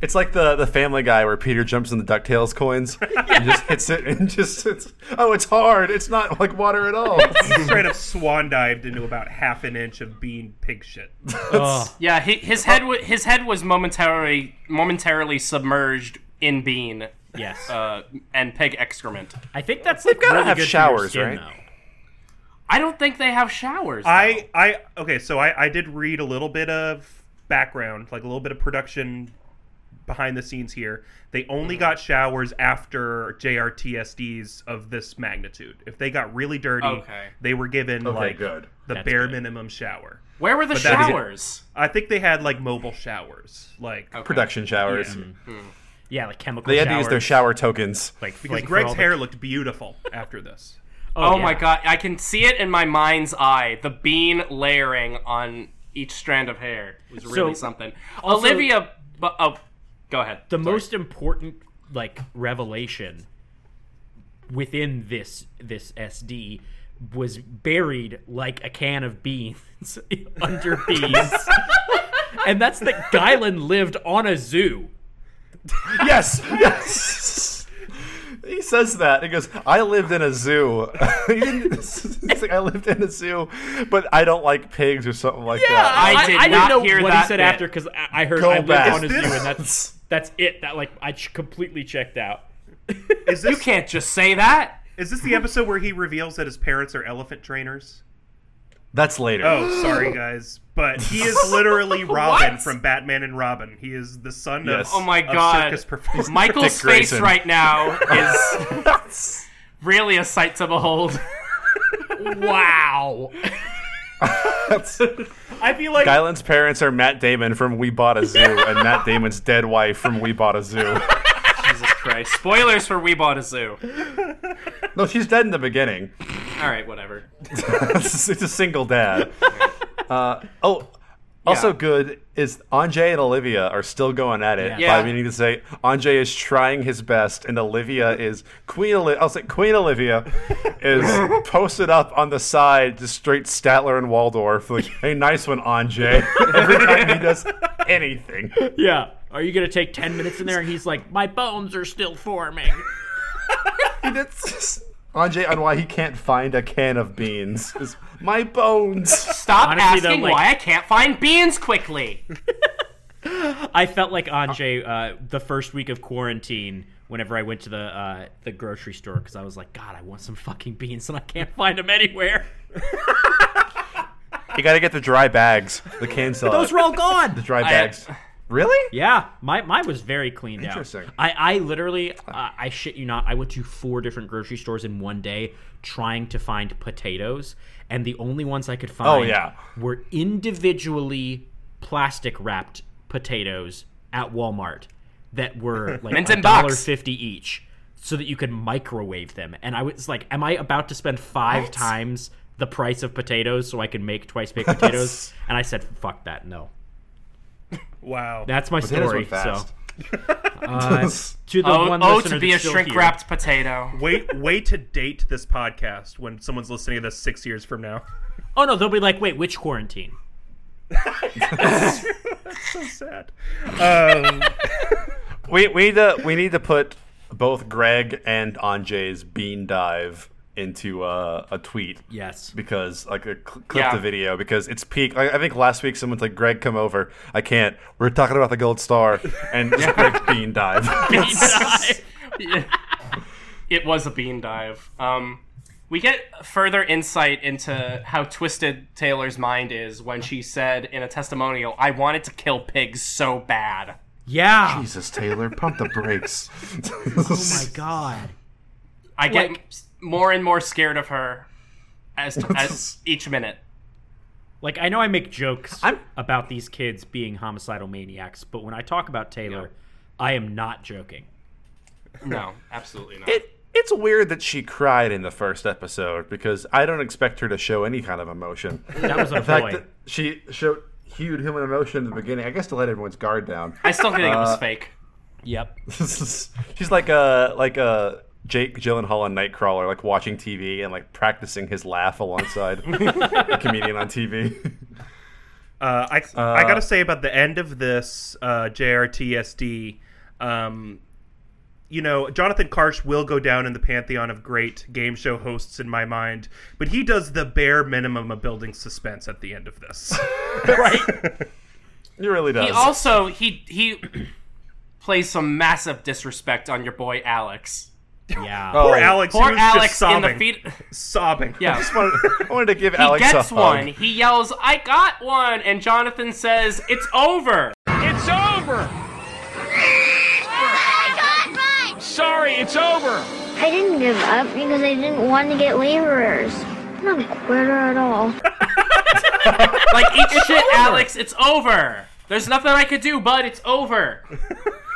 Speaker 3: It's like the the Family Guy where Peter jumps in the Ducktales coins and just hits it and just it's, oh, it's hard. It's not like water at all.
Speaker 4: he straight up swan dived into about half an inch of bean pig shit.
Speaker 5: Ugh.
Speaker 2: Yeah, he, his head wa- his head was momentarily momentarily submerged in bean
Speaker 5: <laughs> yes.
Speaker 2: uh, and pig excrement.
Speaker 5: I think that's like
Speaker 3: gotta
Speaker 5: really
Speaker 3: have
Speaker 5: good for your
Speaker 3: showers,
Speaker 5: skin,
Speaker 3: right?
Speaker 5: though.
Speaker 2: I don't think they have showers.
Speaker 4: I I okay, so I I did read a little bit of background, like a little bit of production behind the scenes here. They only got showers after JRTSDs of this magnitude. If they got really dirty,
Speaker 2: Okay.
Speaker 4: they were given
Speaker 3: Okay,
Speaker 4: like
Speaker 3: good.
Speaker 4: the
Speaker 5: That's
Speaker 4: bare
Speaker 5: good.
Speaker 4: minimum shower.
Speaker 2: Where were the
Speaker 4: that's-
Speaker 2: showers?
Speaker 4: I think they had like mobile showers, like
Speaker 3: Production showers.
Speaker 5: Yeah, like chemical
Speaker 3: They had
Speaker 5: showers.
Speaker 3: to use their shower tokens.
Speaker 5: like
Speaker 4: because
Speaker 5: like for
Speaker 4: Greg's
Speaker 5: all the-
Speaker 4: hair looked beautiful after this.
Speaker 2: Oh, my
Speaker 5: yeah.
Speaker 2: god, I can see it in my mind's eye. The bean layering on each strand of hair was really something. Olivia, bu- oh, go ahead.
Speaker 5: The most important like revelation within this this SD was buried like a can of beans <laughs> under beans, and that's that Guylin lived on a zoo.
Speaker 3: <laughs> Yes, yes. He says that. He goes, I lived in a zoo. <laughs> he didn't, he's like, I lived in a zoo, but I don't like pigs or something like that.
Speaker 2: I did
Speaker 5: didn't
Speaker 2: not
Speaker 5: know
Speaker 2: hear
Speaker 5: what he
Speaker 2: that
Speaker 5: said
Speaker 2: bit.
Speaker 5: after because I, I heard
Speaker 3: Go
Speaker 5: I lived
Speaker 3: back.
Speaker 5: on a
Speaker 4: Is
Speaker 5: zoo, and
Speaker 4: this-
Speaker 5: that's that's it. That like I ch- completely checked out.
Speaker 4: Is this
Speaker 2: You can't just say that.
Speaker 4: is this the episode where he reveals that his parents are elephant trainers?
Speaker 3: That's later. <laughs>
Speaker 4: Oh, sorry guys, but he is
Speaker 2: <laughs>
Speaker 4: literally Robin from Batman and Robin. He is the son
Speaker 3: Yes.
Speaker 4: of
Speaker 2: Oh my
Speaker 4: of
Speaker 2: god.
Speaker 4: circus performers.
Speaker 2: Michael's
Speaker 3: Dick
Speaker 2: face
Speaker 3: Grayson.
Speaker 2: right now is really a sight to behold.
Speaker 5: <laughs> Wow.
Speaker 4: <laughs> I feel like
Speaker 3: Skyland's parents are Matt Damon from We Bought
Speaker 2: <laughs>
Speaker 3: a Zoo and Matt Damon's dead wife from We Bought a Zoo.
Speaker 2: Jesus Christ. Spoilers for We Bought a Zoo.
Speaker 3: No, she's dead in the beginning.
Speaker 2: <laughs> Alright, whatever.
Speaker 3: it's a
Speaker 2: <laughs>
Speaker 3: single dad. Uh, oh, also
Speaker 2: Yeah.
Speaker 3: good is Anjay and Olivia are still going at it
Speaker 2: Yeah.
Speaker 3: by meaning to say Anjay is trying his best and Olivia is Queen. Oli- I'll say
Speaker 2: <laughs>
Speaker 3: Queen Olivia is posted up on the side, just straight Statler and Waldorf. Like, hey, nice one, Anjay. <laughs> Every time he does anything.
Speaker 5: <laughs> Yeah. Are you gonna take ten minutes in there? And he's like, my bones are still forming.
Speaker 3: That's Anjay on why he can't find a can of beans. It's, My bones.
Speaker 2: Stop
Speaker 5: Honestly, though,
Speaker 2: asking
Speaker 5: like-
Speaker 2: why I can't find beans
Speaker 5: <laughs>
Speaker 2: quickly.
Speaker 5: I felt like Anjay uh, the first week of quarantine. Whenever I went to the uh, the grocery store, because I was like, God, I want some fucking beans, and I can't find them anywhere.
Speaker 3: you gotta get the dry bags. The cans.
Speaker 5: Those were all gone.
Speaker 3: dry bags. really?
Speaker 5: Yeah, my mine was very cleaned out.
Speaker 3: Interesting.
Speaker 5: I I literally, uh, I, I shit you not, I went to four different grocery stores in one day trying to find potatoes, and the only ones I could find
Speaker 3: Oh, yeah.
Speaker 5: were individually plastic wrapped potatoes at Walmart that
Speaker 3: <laughs>
Speaker 5: were like
Speaker 2: Mint
Speaker 5: a
Speaker 2: in box.
Speaker 5: dollar fifty each, so that you could microwave them. And I was like, am I about to spend five times the price of potatoes so I can make
Speaker 3: <laughs>
Speaker 5: twice baked potatoes? and I said, fuck that, no.
Speaker 4: wow.
Speaker 5: That's my
Speaker 3: Potatoes
Speaker 5: story.
Speaker 3: went fast.
Speaker 5: So.
Speaker 3: <laughs>
Speaker 5: Uh, to the
Speaker 2: Oh,
Speaker 5: one
Speaker 2: oh
Speaker 5: listener
Speaker 2: to be a
Speaker 5: that's still
Speaker 2: shrink
Speaker 5: here.
Speaker 2: wrapped potato.
Speaker 4: Wait, way to date this podcast when someone's listening to this six years from now. <laughs>
Speaker 5: Oh no, they'll be like, wait, which quarantine?
Speaker 4: Sad. Um,
Speaker 3: We we need to we need to put both Greg and Anjay's bean dive into uh, a tweet
Speaker 5: Yes.
Speaker 3: because like a cl- clip
Speaker 2: Yeah.
Speaker 3: the video because it's peak. I, I think last week someone's like, "Greg, come over. I can't. We're talking about the gold star <laughs> and just Greg bean dive." <laughs>
Speaker 2: <laughs> it was a bean dive. Um, we get further insight into how twisted Taylor's mind is when she said in a testimonial, "I wanted to kill pigs so bad."
Speaker 5: Yeah.
Speaker 3: Jesus, Taylor, pump the
Speaker 2: <laughs>
Speaker 3: brakes.
Speaker 5: Oh my god.
Speaker 2: I get m- more and more scared of her
Speaker 4: <laughs>
Speaker 2: as, as each minute.
Speaker 5: Like I know I make jokes
Speaker 3: I'm-
Speaker 5: about these kids being homicidal maniacs, but when I talk about Taylor, I am not joking.
Speaker 2: No, absolutely not.
Speaker 3: <laughs> It it's weird that she cried in the first episode because I don't expect her to show any kind
Speaker 2: <laughs>
Speaker 3: of emotion.
Speaker 5: That was a
Speaker 3: In fact,
Speaker 5: boy.
Speaker 3: that she showed huge human emotion at the beginning. I guess to let everyone's guard down. <laughs>
Speaker 2: I still think it
Speaker 4: Uh,
Speaker 2: was fake.
Speaker 5: <laughs> Yep.
Speaker 3: She's like a like a Jake Gyllenhaal on Nightcrawler, like watching TV and like practicing his laugh alongside
Speaker 2: <laughs>
Speaker 3: a comedian on TV.
Speaker 4: Uh, I I gotta say about the end of this uh, JRTSD, um, you know, Jonathan Karch will go down in the pantheon of great game show hosts in my mind, but he does the bare minimum of building suspense at the end of
Speaker 2: <laughs>
Speaker 4: this.
Speaker 3: <laughs> He really does.
Speaker 2: He also he he <clears throat> plays some massive disrespect on your boy Alex.
Speaker 5: Yeah.
Speaker 3: Oh,
Speaker 4: Poor Alex,
Speaker 2: Poor
Speaker 4: who was just
Speaker 2: Alex in
Speaker 4: sobbing,
Speaker 2: the feet.
Speaker 4: sobbing.
Speaker 2: Yeah.
Speaker 3: I wanted, I wanted to give
Speaker 2: He
Speaker 3: Alex a
Speaker 2: gets
Speaker 3: hug.
Speaker 2: one. He yells, "I got one!" And Jonathan says, "It's over."
Speaker 9: It's over.
Speaker 1: I got mine!
Speaker 9: Sorry, it's over.
Speaker 7: I didn't give up because I didn't want to get laborers. I'm not a quitter at all.
Speaker 2: Like eat shit, Alex. It's over. There's nothing I could do, bud. It's
Speaker 5: <laughs>
Speaker 2: over.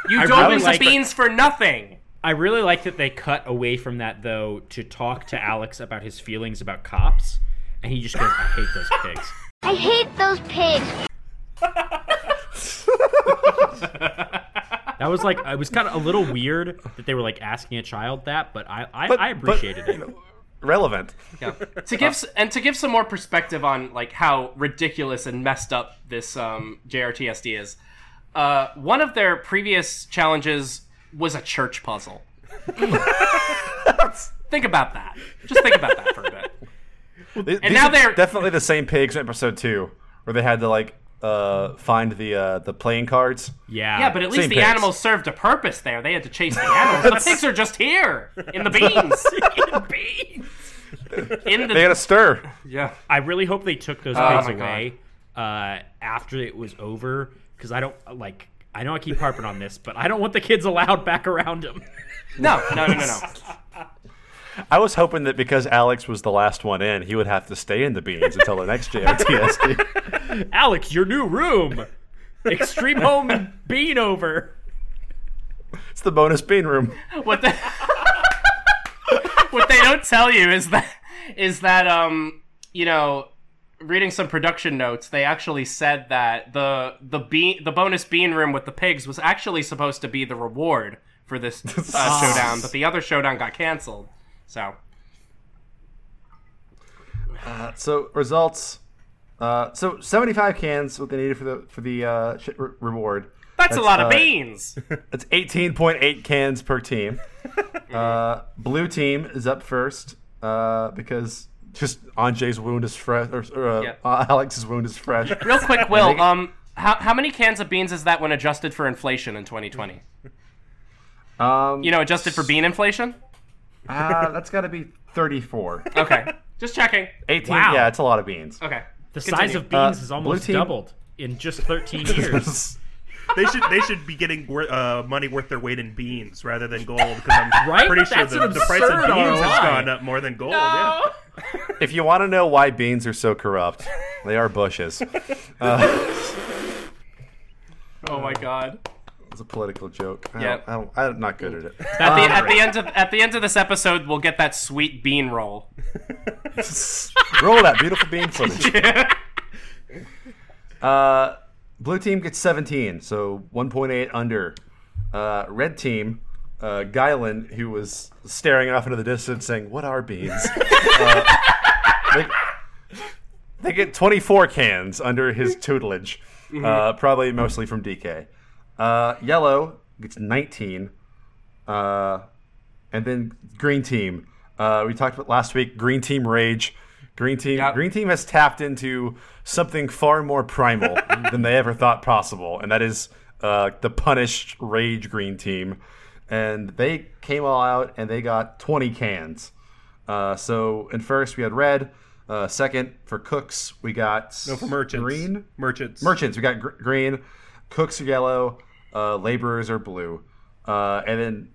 Speaker 2: You dove
Speaker 5: really
Speaker 2: into
Speaker 5: like-
Speaker 2: beans for nothing.
Speaker 5: I really like that they cut away from that though to talk to Alex about his feelings about cops, and he just goes, "I hate those pigs."
Speaker 7: I hate those pigs.
Speaker 5: That was like it was kind of a little weird that they were like asking a child that, but I I,
Speaker 3: But-
Speaker 5: I
Speaker 3: but,
Speaker 5: appreciated
Speaker 3: you
Speaker 2: <laughs>
Speaker 5: it.
Speaker 3: know, relevant.
Speaker 2: to give s- and to give some more perspective on like how ridiculous and messed up this um, JRTSD is, uh, one of their previous challenges was a church
Speaker 5: <laughs>
Speaker 2: puzzle. think about that. Just think about that for a bit.
Speaker 3: Th-
Speaker 2: And
Speaker 3: these
Speaker 2: now
Speaker 3: are
Speaker 2: they're-
Speaker 3: definitely the same pigs in episode two, where they had to like uh, find the uh, the playing cards.
Speaker 5: Yeah.
Speaker 2: Yeah, but at least
Speaker 3: Same
Speaker 2: the
Speaker 3: pigs.
Speaker 2: animals served a purpose there. They had to chase the animals. the pigs are just here in the beans. in the beans. In the
Speaker 3: They had a stir.
Speaker 2: yeah.
Speaker 5: I really hope they took those
Speaker 2: Oh
Speaker 5: pigs
Speaker 2: my God.
Speaker 5: away uh, after it was over because I don't like. I know I keep harping on this, but I don't want the kids allowed back around them.
Speaker 2: No, no, no, no, no.
Speaker 3: I was hoping that because Alex was the last one in, he would have to stay in the beans until the next
Speaker 2: <laughs>
Speaker 3: JRTSD.
Speaker 5: Alex, your new room,
Speaker 3: <laughs>
Speaker 5: extreme home bean over.
Speaker 3: it's the bonus bean room.
Speaker 2: what the <laughs> what they don't tell you is that is that um you know reading some production notes they actually said that the the bean the bonus bean room with the pigs was actually supposed to be the reward for this uh, showdown but the other showdown got canceled so
Speaker 3: So results. Uh, so 75 cans what they needed for the for the uh, shit re- reward.
Speaker 2: that's, a
Speaker 3: That's,
Speaker 2: lot of
Speaker 3: uh,
Speaker 2: beans
Speaker 3: That's 18.8 cans
Speaker 2: <laughs>
Speaker 3: per team. uh, blue team is up first uh, because just Anjay's wound is fresh, or, or, uh,
Speaker 2: Yeah.
Speaker 3: uh, <laughs> Alex's wound is fresh.
Speaker 2: <laughs> real quick will um how, how many cans of beans is that when adjusted for inflation in 2020
Speaker 3: Um,
Speaker 2: you know adjusted for bean inflation
Speaker 3: uh, that's got to be
Speaker 2: <laughs>
Speaker 3: 34.
Speaker 2: okay just checking
Speaker 3: 18.
Speaker 5: Wow.
Speaker 3: Yeah, it's a lot of beans.
Speaker 2: okay
Speaker 5: The size
Speaker 2: Continue.
Speaker 5: of beans
Speaker 3: Uh,
Speaker 5: is almost
Speaker 3: blue team-
Speaker 5: doubled in
Speaker 3: <laughs>
Speaker 5: just 13 years.
Speaker 4: they should they should be getting wor- uh, money worth their weight in beans rather than gold because
Speaker 2: <laughs>
Speaker 4: I'm
Speaker 5: Right?
Speaker 4: pretty sure
Speaker 5: That's
Speaker 4: the,
Speaker 5: an
Speaker 4: the price of
Speaker 5: absurd
Speaker 4: beans has
Speaker 5: ROI.
Speaker 4: gone up more than gold. Yeah.
Speaker 2: Oh.
Speaker 3: if you want to know why beans are so corrupt, they
Speaker 2: <laughs>
Speaker 3: are bushes. Uh,
Speaker 2: oh my god
Speaker 3: it's a political joke. I
Speaker 2: Yeah.
Speaker 3: don't, I don't, I'm not good at it. Um,
Speaker 2: At the, at the end of at the end of this episode, we'll get that sweet bean roll.
Speaker 3: Roll that beautiful bean footage. Uh, blue team gets 17, so 1.8 under. Uh, red team, uh, Guylin, who was staring off into the distance saying, What are beans? uh, they, they get 24 cans under his tutelage, uh, probably mostly from DK. Uh, yellow gets 19. Uh, and then green team, Uh, we talked about last week. Green team rage. Green team.
Speaker 2: Yep.
Speaker 3: Green team has tapped into something far more primal than they ever thought possible, and that is uh, the punished rage. Green team, and they came all out and they got twenty cans. Uh, so in first we had red. Uh, second for cooks we got
Speaker 4: No, for merchants.
Speaker 3: green
Speaker 4: Merchants.
Speaker 3: merchants. We got gr- green, cooks are yellow, uh, laborers are blue, uh, and then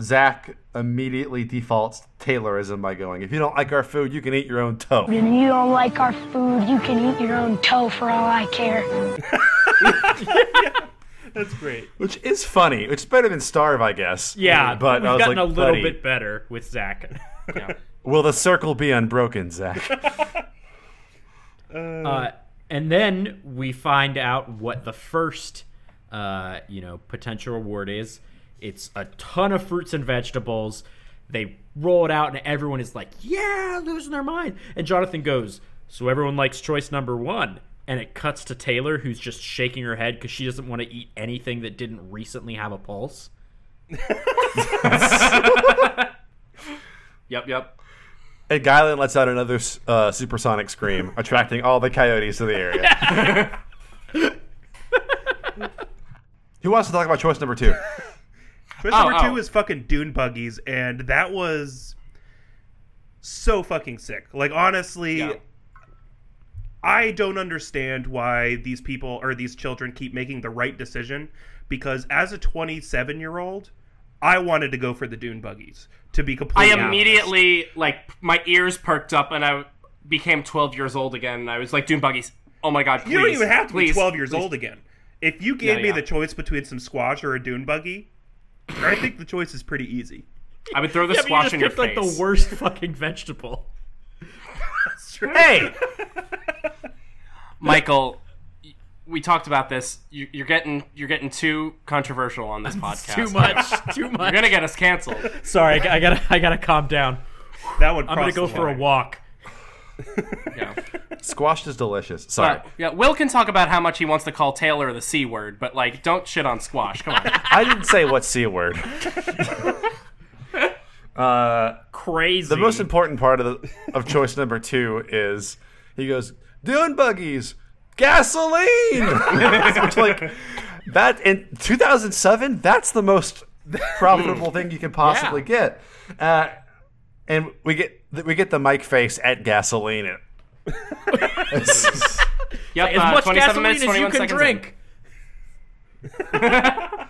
Speaker 3: Zach immediately defaults to Taylorism by going, "If you don't like our food, you can eat your own toe."
Speaker 7: And you don't like our food, you can eat your own toe for all I care.
Speaker 4: That's great.
Speaker 3: Which is funny. It's better than starve, I guess.
Speaker 5: Yeah,
Speaker 3: but
Speaker 5: we've
Speaker 3: I was
Speaker 5: gotten
Speaker 3: like,
Speaker 5: a little
Speaker 3: "Buddy,
Speaker 5: bit better with Zach.
Speaker 3: Will the circle be unbroken,
Speaker 5: <laughs>
Speaker 3: Zach?
Speaker 5: Uh, and then we find out what the first, uh, you know, potential reward is. It's a ton of fruits and vegetables. They roll it out, and everyone is like, "Yeah, losing their mind." And Jonathan goes, "So everyone likes choice number one." And it cuts to Taylor, who's just shaking her head because she doesn't want to eat anything that didn't recently have a pulse.
Speaker 2: Yep, yep.
Speaker 3: and Guylin lets out another s- uh, supersonic scream, attracting all the coyotes to the area. <laughs> Who wants to talk about choice number two?
Speaker 4: Choice
Speaker 2: Oh,
Speaker 4: number two
Speaker 2: oh.
Speaker 4: is fucking dune buggies, and that was so fucking sick. Like honestly,
Speaker 2: Yeah.
Speaker 4: I don't understand why these people or these children keep making the right decision. Because as a 27 year old, I wanted to go for the dune buggies. To be
Speaker 2: I
Speaker 4: completely, honest.
Speaker 2: immediately like my ears perked up and I became 12 years old again. And I was like, Dune buggies. Oh my god! Please,
Speaker 4: You don't even have to
Speaker 2: please,
Speaker 4: be 12 years
Speaker 2: please."
Speaker 4: old again. If you gave
Speaker 2: No,
Speaker 4: me
Speaker 2: yeah.
Speaker 4: the choice between some squash or a dune buggy, I think the choice is pretty easy.
Speaker 2: I would throw the
Speaker 5: Yeah, but you
Speaker 2: squash
Speaker 5: just
Speaker 2: in your
Speaker 5: picked like
Speaker 2: face.
Speaker 5: the worst fucking vegetable.
Speaker 2: Hey, <laughs> Michael, y- we talked about this. You, you're getting you're getting too controversial on this podcast.
Speaker 5: <laughs> Too much. Too
Speaker 2: You're
Speaker 5: much.
Speaker 2: gonna get us
Speaker 5: <laughs>
Speaker 2: canceled.
Speaker 5: Sorry, I, I gotta. I gotta calm down.
Speaker 4: That one.
Speaker 5: I'm gonna go for a walk.
Speaker 2: Yeah.
Speaker 3: Squash is delicious. Sorry.
Speaker 2: But, yeah, Will can talk about how much he wants to call Taylor the c word, but like, don't shit on squash. Come
Speaker 5: <laughs>
Speaker 2: on.
Speaker 3: I didn't say what C <laughs> word.
Speaker 5: Crazy.
Speaker 3: The most important part of the, of choice number two is he goes dune buggies, <laughs> gasoline. Which, like that in 2007, that's the most profitable thing you can possibly get. Uh, and we get we get the Mike face at gasoline.
Speaker 2: Yep,
Speaker 5: as
Speaker 2: uh,
Speaker 5: much
Speaker 2: 27
Speaker 5: gasoline
Speaker 2: minutes,
Speaker 5: as you
Speaker 2: 21
Speaker 5: can
Speaker 2: seconds in.
Speaker 5: drink.
Speaker 2: Uh-huh.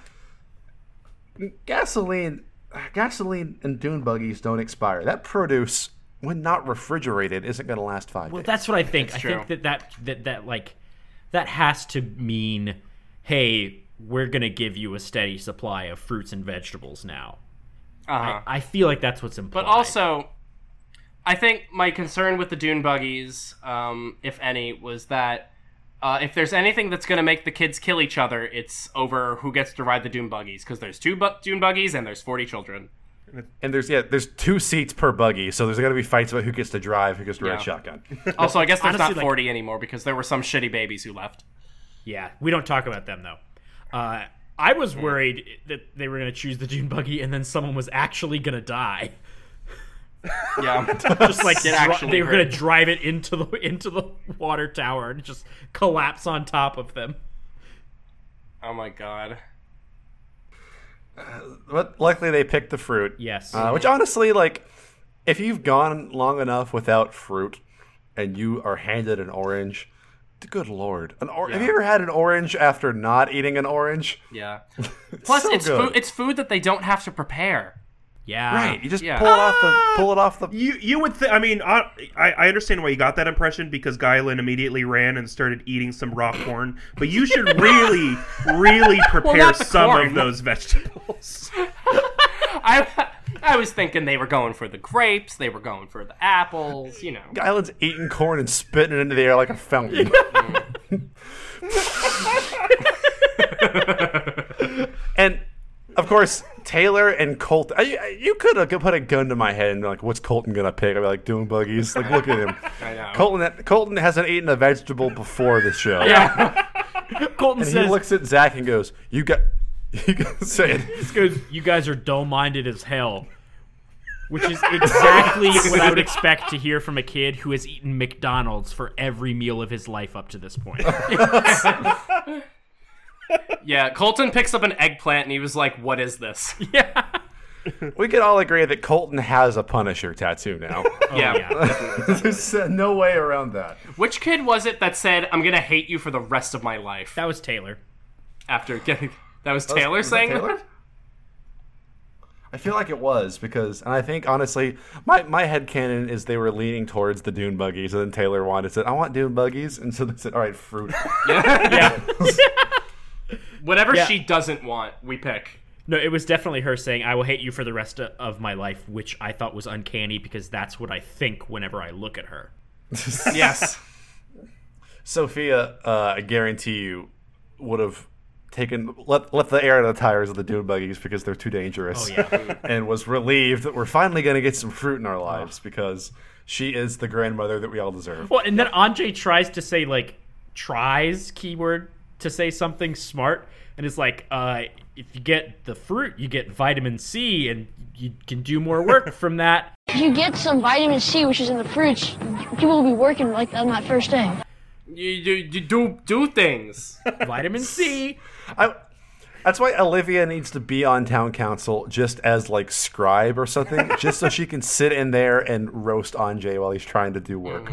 Speaker 3: gasoline gasoline and dune buggies don't expire that produce when not refrigerated isn't going to last five
Speaker 5: Well,
Speaker 3: days
Speaker 5: that's what I think. I think
Speaker 2: true.
Speaker 5: that, that that that like that has to mean, hey, we're gonna give you a steady supply of fruits and vegetables now.
Speaker 2: Uh-huh.
Speaker 5: I feel like that's what's implied.
Speaker 2: But also, I think my concern with the Dune buggies, um, if any, was that uh, if there's anything that's going to make the kids kill each other, it's over who gets to ride the Dune buggies because there's two bu- Dune buggies and there's 40 children.
Speaker 3: and there's yeah there's two seats per buggy so there's going to be fights about who gets to drive who gets to ride
Speaker 2: Yeah.
Speaker 3: shotgun
Speaker 2: Also, I guess there's
Speaker 5: Honestly,
Speaker 2: not
Speaker 5: like-
Speaker 2: 40 anymore because there were some shitty babies who left.
Speaker 5: yeah, we don't talk about them though. Uh, I was worried that they were gonna choose the dune buggy, and then someone was actually
Speaker 2: <laughs>
Speaker 5: gonna die. <laughs>
Speaker 2: Yeah.
Speaker 5: Just like
Speaker 2: Get
Speaker 5: dri-
Speaker 2: actually
Speaker 5: they were gonna
Speaker 2: hurt.
Speaker 5: drive it into the into the water tower and just collapse on top of them.
Speaker 2: oh my god.
Speaker 3: but luckily they picked the fruit
Speaker 5: Yes.
Speaker 3: uh, which honestly like if you've gone long enough without fruit and you are handed an orange good lord an or- have you ever had an orange after not eating an orange
Speaker 2: Yeah. Plus,
Speaker 3: so
Speaker 2: it's,
Speaker 3: good.
Speaker 2: food, it's food that they don't have to prepare.
Speaker 5: yeah.
Speaker 3: right you just
Speaker 2: Yeah.
Speaker 3: pull it off the pull it off the
Speaker 4: You you would think. I mean, I I I understand why you got that impression because Guylin immediately ran and started eating some raw corn. But you should really, really prepare
Speaker 2: not the
Speaker 4: some
Speaker 2: corn.
Speaker 4: of those vegetables. <laughs>
Speaker 2: I, I was thinking they were going for the grapes, they were going for the apples, you know.
Speaker 3: Island's eating corn and spitting it into the air like a fountain. <laughs> and of course, Taylor and Colt. I, I- you could have put a gun to my head and been like, "What's Colton gonna pick?" I'd be like, "Doing buggies." Like, look at him.
Speaker 2: <laughs> I know.
Speaker 3: Colton. Colton hasn't eaten a vegetable before this show.
Speaker 2: Yeah.
Speaker 5: <laughs> Colton
Speaker 3: And he
Speaker 5: says,
Speaker 3: looks at Zach and goes, <laughs> "You got." You got to say it.
Speaker 5: goes, you guys are dull minded as hell. which is exactly what I would expect to hear from a kid who has eaten McDonald's for every meal of his life up to this point.
Speaker 2: Yeah, Colton picks up an eggplant and he was like, "What is this?"
Speaker 5: yeah.
Speaker 3: We could all agree that Colton has a Punisher tattoo
Speaker 2: <laughs>
Speaker 3: now.
Speaker 5: yeah.
Speaker 3: There's uh, no way around that.
Speaker 2: Which kid was it that said, "I'm gonna hate you for the rest of my life"?
Speaker 5: That was Taylor.
Speaker 2: After getting that was Taylor
Speaker 3: was that
Speaker 2: saying
Speaker 3: Taylor?
Speaker 2: that.
Speaker 3: I feel like it was because, and I think honestly, my my headcanon is they were leaning towards the Dune buggies, and then Taylor wanted said, "I want Dune buggies," and so they said, "All
Speaker 2: <laughs>
Speaker 3: right, fruit."
Speaker 5: Yeah.
Speaker 2: Whatever
Speaker 5: Yeah.
Speaker 2: she doesn't want, we pick.
Speaker 5: No, it was definitely her saying, I will hate you for the rest o- of my life, which I thought was uncanny because that's what I think whenever I look at her.
Speaker 2: Yes.
Speaker 3: Sophia, uh, I guarantee you, would have taken let let the air out of the tires of the dune buggies because they're too dangerous.
Speaker 5: Oh, yeah.
Speaker 3: <laughs> and was relieved that we're finally going to get some fruit in our lives because she is the grandmother that we all deserve.
Speaker 5: Well, and then Andre tries to say, like, tries, keyword, to say something smart. And it's like, uh, if you get the fruit, you get vitamin C and you can do more
Speaker 3: <laughs>
Speaker 5: work from that.
Speaker 8: If you get some vitamin C, which is in the fruits, you will be working like on that first day.
Speaker 2: you, you, you <laughs> do do things.
Speaker 5: Vitamin C.
Speaker 3: I, that's why Olivia needs to be on town council just as like scribe or something, just so she can sit in there and roast Anjay while he's trying to do work.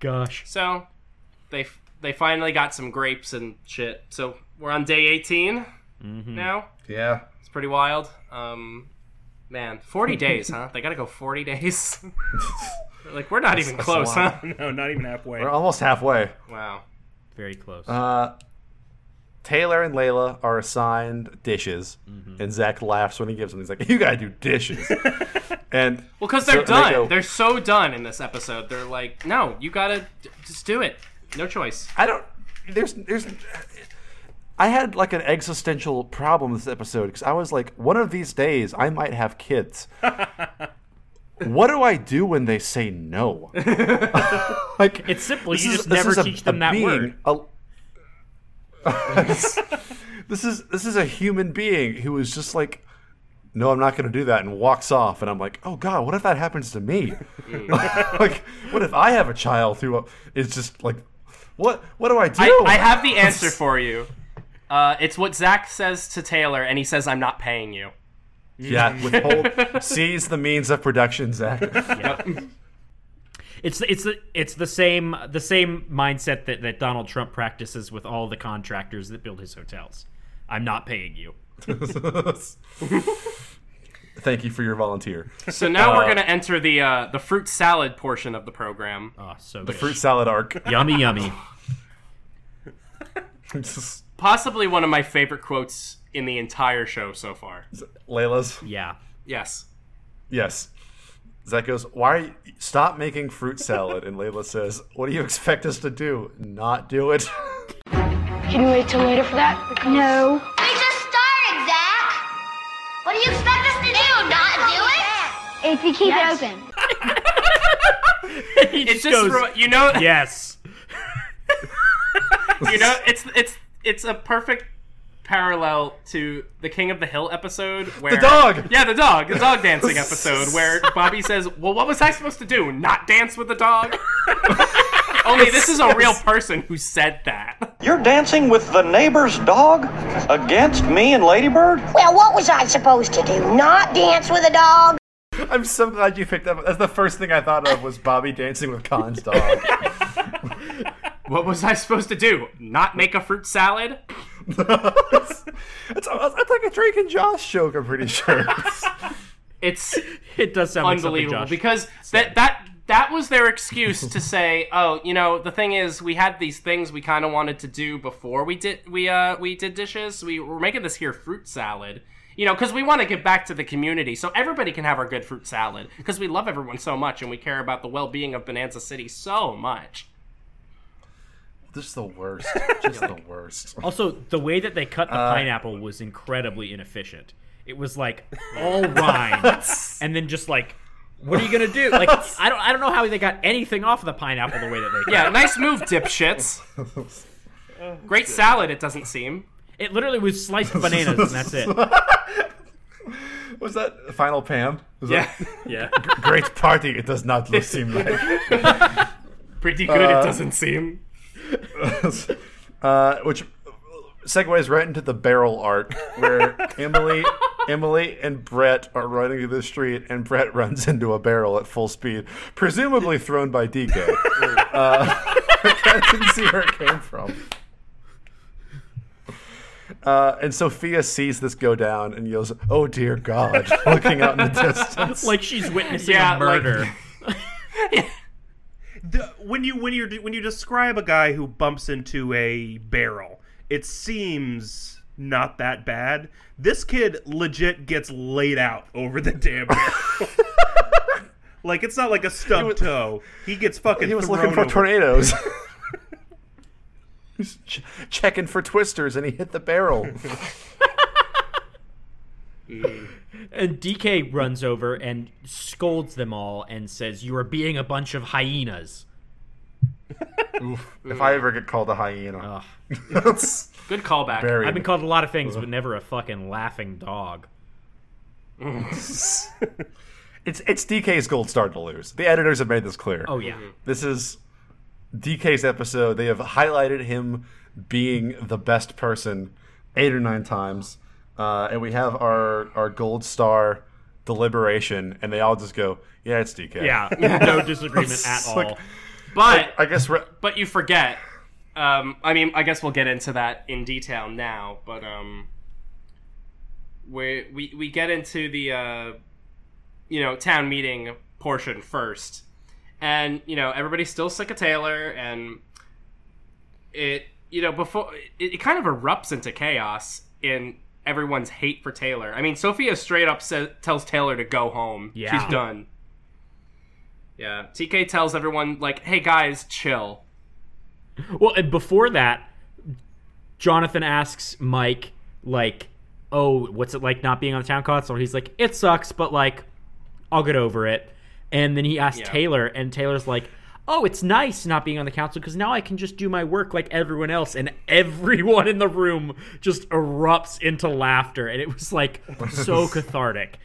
Speaker 5: Gosh.
Speaker 2: So they f- they finally got some grapes and shit. So we're on day 18
Speaker 3: Mm-hmm.
Speaker 2: now.
Speaker 3: Yeah.
Speaker 2: It's pretty wild. Um, man,
Speaker 3: <laughs>
Speaker 2: 40 days, huh? They got to go 40 days. like we're not even close,
Speaker 3: a
Speaker 2: huh?
Speaker 3: lot.
Speaker 4: No, not even halfway.
Speaker 3: We're almost halfway.
Speaker 2: Wow.
Speaker 5: Very close.
Speaker 3: Uh, Taylor and Layla are assigned dishes, and Zach laughs when he gives them. He's like, "You gotta do dishes," and
Speaker 2: Well, because
Speaker 3: so-
Speaker 2: they're
Speaker 3: and
Speaker 2: done.
Speaker 3: go,
Speaker 2: They're so done in this episode. They're like, no, you gotta d- just do it. No choice.
Speaker 3: I don't. There's. There's. I had like an existential problem this episode because I was like, one of these days I might have <laughs> kids. what do I do when they say no? <laughs> like
Speaker 5: it's simple.
Speaker 3: this
Speaker 5: You
Speaker 3: is-
Speaker 5: just
Speaker 3: this
Speaker 5: never
Speaker 3: is a-
Speaker 5: teach
Speaker 3: a
Speaker 5: them that
Speaker 3: being,
Speaker 5: word.
Speaker 3: a- <laughs> this is this is a human being who is just like, no, I'm not going to do that, and walks off. And I'm like, oh god, what if that happens to me?
Speaker 2: Mm.
Speaker 3: <laughs> like, what if I have a child who uh, is just like, what what do I do?
Speaker 2: I, I have the
Speaker 3: <laughs>
Speaker 2: answer for you. Uh, it's what Zach says to Taylor, and he says, "I'm not paying you."
Speaker 3: Yeah, withhold seize the means of production, Zach. <laughs>
Speaker 5: It's the- it's the it's the same the same mindset that, that Donald Trump practices with all the contractors that build his hotels. I'm not paying you.
Speaker 3: Thank you for your volunteer.
Speaker 2: So now we're gonna enter the uh, the fruit salad portion of the program.
Speaker 5: Oh, so
Speaker 3: The fruit salad arc.
Speaker 5: yummy yummy.
Speaker 2: Possibly one of my favorite quotes in the entire show so far.
Speaker 3: <laughs> Layla's.
Speaker 5: Yeah.
Speaker 2: Yes.
Speaker 3: Yes. Zach goes, Why are you, stop making fruit salad? And Layla says, What do you expect us to do? Not do it.
Speaker 7: Can you wait till later for that? No.
Speaker 1: We just started, Zach. What do you expect us to do? Not do it?
Speaker 7: If you keep it open.
Speaker 5: He
Speaker 2: It just remi- you know
Speaker 5: yes.
Speaker 2: you know it's it's it's a perfect parallel to the King of the Hill episode where
Speaker 3: The dog!
Speaker 2: Yeah, the dog, the dog dancing episode where Bobby says, "Well, what was I supposed to do? Not dance with the dog?" Only this is a real person who said that.
Speaker 10: You're dancing with the neighbor's dog against me and Ladybird?
Speaker 7: Well, what was I supposed to do? Not dance with a dog?
Speaker 3: I'm so glad you picked up. That's the first thing I thought of was Bobby dancing with Khan's <laughs> dog.
Speaker 2: What was I supposed to do? Not make a fruit salad?
Speaker 3: that's, that's, that's like a Drake and Josh joke, I'm pretty <laughs> sure.
Speaker 2: It's
Speaker 5: It does sound like something
Speaker 2: unbelievable
Speaker 5: Josh-
Speaker 2: because that that that was their excuse to say, "Oh, you know, the thing is, we had these things we kind of wanted to do before we did we uh we did dishes. We were making this here fruit salad." You know, because we want to give back to the community, so everybody can have our good fruit salad. Because we love everyone so much, and we care about the well-being of Bonanza City so much.
Speaker 3: This is the worst. Just <laughs> the worst.
Speaker 5: also the way that they cut the pineapple was incredibly inefficient. It was like all <laughs> rind and then just like what are you gonna do? <laughs> Like I don't I don't know how they got anything off of the pineapple the way that they cut
Speaker 2: Yeah, nice move, dipshits. Great salad, it doesn't seem.
Speaker 5: it. It literally was sliced bananas and that's it.
Speaker 3: Was that Final Pam? Was
Speaker 2: Yeah,
Speaker 3: that-
Speaker 5: <laughs> Yeah.
Speaker 3: great party. It does not look, <laughs> seem like.
Speaker 2: <laughs> pretty good.
Speaker 3: Uh,
Speaker 2: it doesn't seem.
Speaker 3: <laughs> uh, which segues right into the barrel arc where Emily, Emily and Brett are running through the street, and Brett runs into a barrel at full speed, presumably thrown by DK. uh, <laughs> I didn't see where it came from. Uh, and Sophia sees this go down and yells, "Oh dear God!" <laughs> looking out in the distance.
Speaker 5: <laughs> Like she's witnessing
Speaker 2: Yeah,
Speaker 5: a
Speaker 2: like-
Speaker 5: murder. <laughs>
Speaker 4: the, when you when you when you describe a guy who bumps into a barrel, it seems not that bad. This kid legit gets laid out over the damn barrel. like it's not like a stub toe. He gets fucking.
Speaker 3: he was
Speaker 4: thrown
Speaker 3: looking for
Speaker 4: over.
Speaker 3: tornadoes. He's ch- checking for twisters, and he hit the barrel.
Speaker 5: And DK runs over and scolds them all and says, You are being a bunch of hyenas.
Speaker 3: if I ever get called a hyena,
Speaker 5: Ugh. <laughs>
Speaker 3: that's
Speaker 2: Good callback.
Speaker 3: very.
Speaker 5: I've been called a lot of things, but never a fucking laughing dog.
Speaker 3: it's it's DK's gold star to lose. The editors have made this clear.
Speaker 5: Oh, yeah.
Speaker 3: This is DK's episode. They have highlighted him being the best person eight or nine times, uh, and we have our our gold star deliberation, and they all just go, "Yeah, it's DK."
Speaker 5: Yeah. No <laughs> disagreement at
Speaker 3: It's
Speaker 5: all.
Speaker 3: like-
Speaker 2: But
Speaker 3: I guess. Re-
Speaker 2: but you forget. Um, I mean, I guess we'll get into that in detail now. But um, we we we get into the uh, you know town meeting portion first, and you know everybody's still sick of Taylor, and it you know before it, it kind of erupts into chaos in everyone's hate for Taylor. I mean, Sophia straight up sa tells Taylor to go home.
Speaker 5: Yeah.
Speaker 2: she's done. Yeah, TK tells everyone like, "Hey guys, chill."
Speaker 5: Well, and before that, Jonathan asks Mike, like, oh, what's it like not being on the town council? He's like, it sucks, but like, I'll get over it. And then he asks
Speaker 2: Yeah.
Speaker 5: Taylor, and Taylor's like, oh, it's nice not being on the council because now I can just do my work like everyone else. And everyone in the room just erupts into laughter. And it was like so cathartic.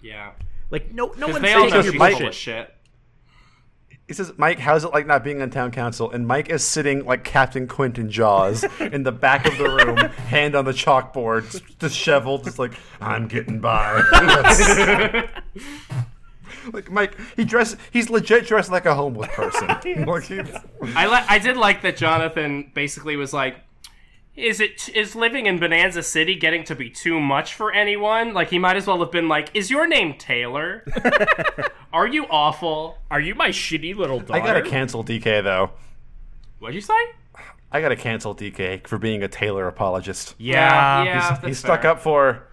Speaker 2: Yeah.
Speaker 5: Like, no, no
Speaker 2: Because
Speaker 5: one's
Speaker 2: they all know
Speaker 5: taking your
Speaker 2: she's
Speaker 3: Mike-
Speaker 2: full
Speaker 5: bullshit.
Speaker 2: of shit.
Speaker 3: He says, Mike, how's it like not being on town council? And Mike is sitting like Captain Quint in Jaws in the back of the room, hand on the chalkboard, s- disheveled, just like, I'm getting by. like, Mike, he dressed, he's legit dressed like a homeless person. Like, he-
Speaker 2: I li- I did like that Jonathan basically was like, is it is living in Bonanza City getting to be too much for anyone? Like he might as well have been like, is your name
Speaker 5: <laughs>
Speaker 2: Taylor? Are you awful?
Speaker 5: Are you my shitty little dog?
Speaker 3: I gotta cancel DK, though.
Speaker 2: What'd you say?
Speaker 3: I gotta cancel DK for being a Taylor apologist.
Speaker 5: yeah.
Speaker 2: yeah.
Speaker 3: He's,
Speaker 2: that's
Speaker 3: he's stuck
Speaker 2: fair.
Speaker 3: up for,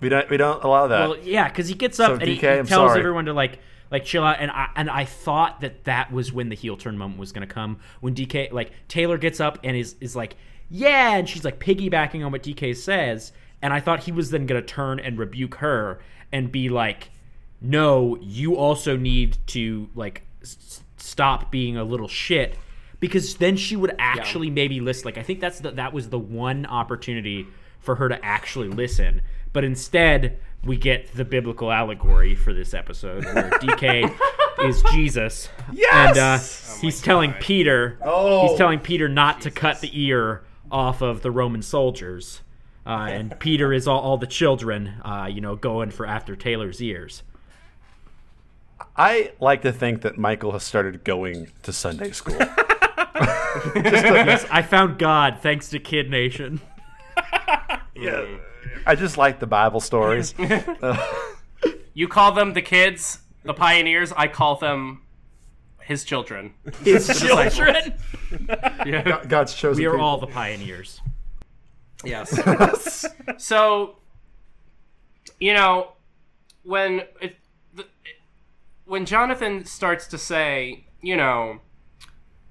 Speaker 3: we don't, we don't allow that.
Speaker 5: Well, yeah, because he gets up
Speaker 3: So,
Speaker 5: and he,
Speaker 3: DK,
Speaker 5: he
Speaker 3: I'm
Speaker 5: tells
Speaker 3: sorry.
Speaker 5: everyone to like like chill out, and I and I thought that that was when the heel turn moment was gonna come when DK like Taylor gets up and is is like yeah, and she's like piggybacking on what DK says, and I thought he was then gonna turn and rebuke her and be like, no, you also need to like s- stop being a little shit. Because then she would actually maybe listen. Like I think that's the, that was the one opportunity for her to actually listen. But instead, we get the biblical allegory for this
Speaker 3: <laughs>
Speaker 5: episode where DK is Jesus.
Speaker 3: Yes!
Speaker 5: And uh, he's telling Peter,
Speaker 3: Oh.
Speaker 5: he's telling Peter not to cut the ear off of the Roman soldiers. Uh,
Speaker 3: <laughs>
Speaker 5: and Peter is all, all the children, uh, you know, going for after
Speaker 3: <laughs>
Speaker 5: Taylor's ears.
Speaker 3: I like to think that Michael has started going to Sunday school.
Speaker 5: I found God thanks to Kid Nation.
Speaker 3: Yeah. I just like the Bible
Speaker 5: <laughs>
Speaker 3: stories.
Speaker 2: You call them the kids, the pioneers. I call them his children.
Speaker 5: His <laughs> children.
Speaker 2: Yeah.
Speaker 3: God's chosen.
Speaker 5: We are
Speaker 3: people.
Speaker 5: all the pioneers.
Speaker 2: Yes. so, you know, when it, the, when Jonathan starts to say, you know,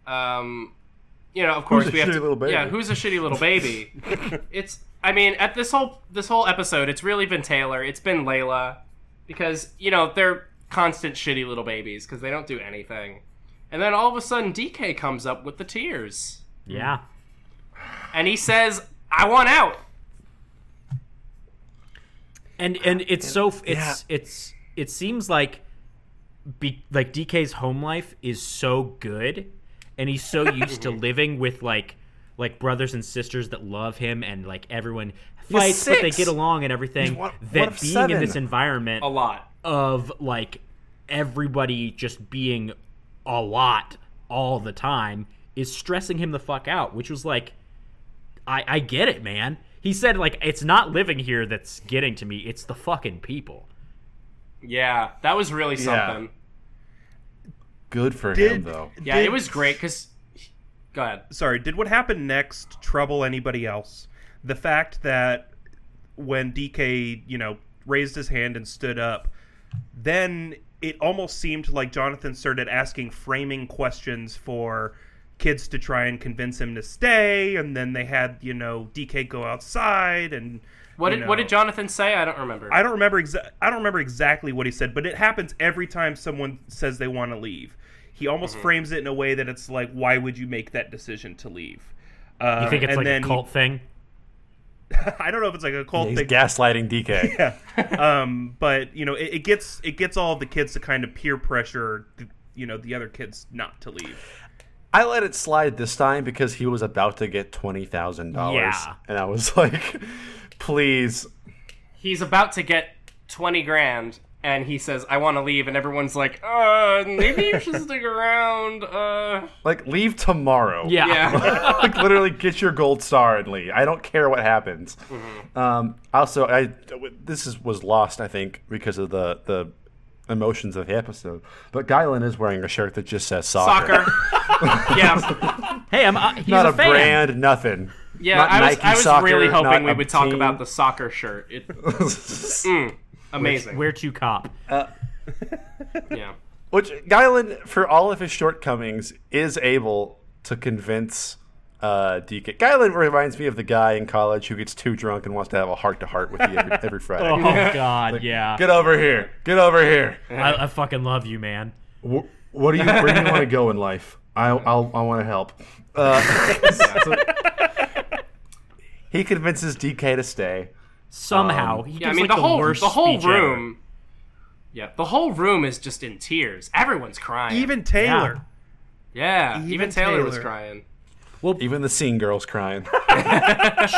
Speaker 2: um, you know, of course
Speaker 3: a
Speaker 2: we have
Speaker 3: shitty
Speaker 2: to,
Speaker 3: little baby?
Speaker 2: yeah, who's a shitty little
Speaker 3: <laughs>
Speaker 2: baby? it's, I mean, at this whole this whole episode, it's really been Taylor, it's been Layla, because you know they're constant shitty little babies because they don't do anything, and then all of a sudden DK comes up with the tears
Speaker 5: Yeah.
Speaker 2: and he says, "I want out."
Speaker 5: and and it's so it's
Speaker 3: yeah.
Speaker 5: it's it seems like be, like DK's home life is so good and he's so
Speaker 3: <laughs>
Speaker 5: used to living with like like brothers and sisters that love him and like everyone
Speaker 3: You're
Speaker 5: fights but they
Speaker 3: six.
Speaker 5: get along and everything
Speaker 3: He's one- one
Speaker 5: that
Speaker 3: of
Speaker 5: being in
Speaker 3: seven.
Speaker 5: this environment
Speaker 2: a lot.
Speaker 5: of like everybody just being a lot all the time is stressing him the fuck out, which was like, I, I get it, man. He said, like, it's not living here that's getting to me, it's the fucking people.
Speaker 2: Yeah, that was really
Speaker 3: Yeah.
Speaker 2: something.
Speaker 3: Good for him
Speaker 4: Did-
Speaker 3: though.
Speaker 2: Yeah,
Speaker 4: Did-
Speaker 2: it was great because. Go ahead.
Speaker 4: sorry, did what happened next trouble anybody else? The fact that when DK, you know, raised his hand and stood up, then it almost seemed like Jonathan started asking framing questions for kids to try and convince him to stay, and then they had, you know, DK go outside and
Speaker 2: What
Speaker 4: you
Speaker 2: did, what
Speaker 4: know-
Speaker 2: did Jonathan say? I don't remember.
Speaker 4: I don't remember exa- I don't remember exactly what he said, but it happens every time someone says they want to leave. He almost frames it in a way that it's like, why would you make that decision to leave? Uh,
Speaker 5: You think it's
Speaker 4: and
Speaker 5: like
Speaker 4: then
Speaker 5: a cult thing?
Speaker 4: <laughs> I don't know if it's like a cult
Speaker 3: He's
Speaker 4: thing,
Speaker 3: gaslighting
Speaker 5: <laughs>
Speaker 3: DK.
Speaker 4: but you know, it, it gets it gets all of the kids to kind of peer pressure, th- you know, the other kids not to leave.
Speaker 3: I let it slide this time because he was about to get twenty thousand dollars,
Speaker 5: Yeah.
Speaker 3: and I was <laughs> like, "Please,
Speaker 2: He's about to get twenty grand, and he says, "I want to leave," and everyone's like, "Uh, maybe you should stick around." Uh,
Speaker 3: like, leave tomorrow."
Speaker 5: Yeah. <laughs>
Speaker 2: yeah.
Speaker 3: <laughs> like literally get your gold star and leave. I don't care what happens.
Speaker 5: Mm-hmm.
Speaker 3: Um, also, I this is was lost I think because of the the emotions of the episode. But Guylin is wearing a shirt that just says soccer,
Speaker 2: Soccer. yeah.
Speaker 5: Hey, I'm uh, he's
Speaker 3: not
Speaker 5: a,
Speaker 3: a,
Speaker 5: fan.
Speaker 3: brand, nothing.
Speaker 2: Yeah,
Speaker 3: Not
Speaker 2: I was,
Speaker 3: Nike
Speaker 2: I was
Speaker 3: soccer,
Speaker 2: really hoping
Speaker 3: not
Speaker 2: we
Speaker 3: a
Speaker 2: would talk
Speaker 3: team.
Speaker 2: about the soccer shirt. It,
Speaker 3: <laughs>
Speaker 2: mm, amazing.
Speaker 5: Where
Speaker 2: <laughs>
Speaker 5: to cop?
Speaker 2: yeah.
Speaker 3: Which Guylin, for all of his shortcomings, is able to convince uh, DK. Guylin reminds me of the guy in college who gets too drunk and wants to have a heart to heart with you every,
Speaker 2: <laughs>
Speaker 3: every Friday.
Speaker 5: Oh God, yeah.
Speaker 3: Get over here! Get over here!
Speaker 5: I, I fucking love you, man.
Speaker 3: Wh- what do you where do you want to go in life? I I'll, I want to help.
Speaker 2: <laughs>
Speaker 3: Uh, so- he convinces DK to stay.
Speaker 5: Somehow, he
Speaker 2: Um, Yeah, I
Speaker 5: gives,
Speaker 2: mean
Speaker 5: like,
Speaker 2: the whole
Speaker 5: worst
Speaker 2: the whole
Speaker 5: speech ever.
Speaker 2: room. Yeah, the whole room is just in tears. Everyone's crying.
Speaker 4: Even Taylor,
Speaker 2: yeah, even,
Speaker 4: even
Speaker 2: Taylor, was
Speaker 4: Taylor.
Speaker 2: crying.
Speaker 3: Even the scene girls crying.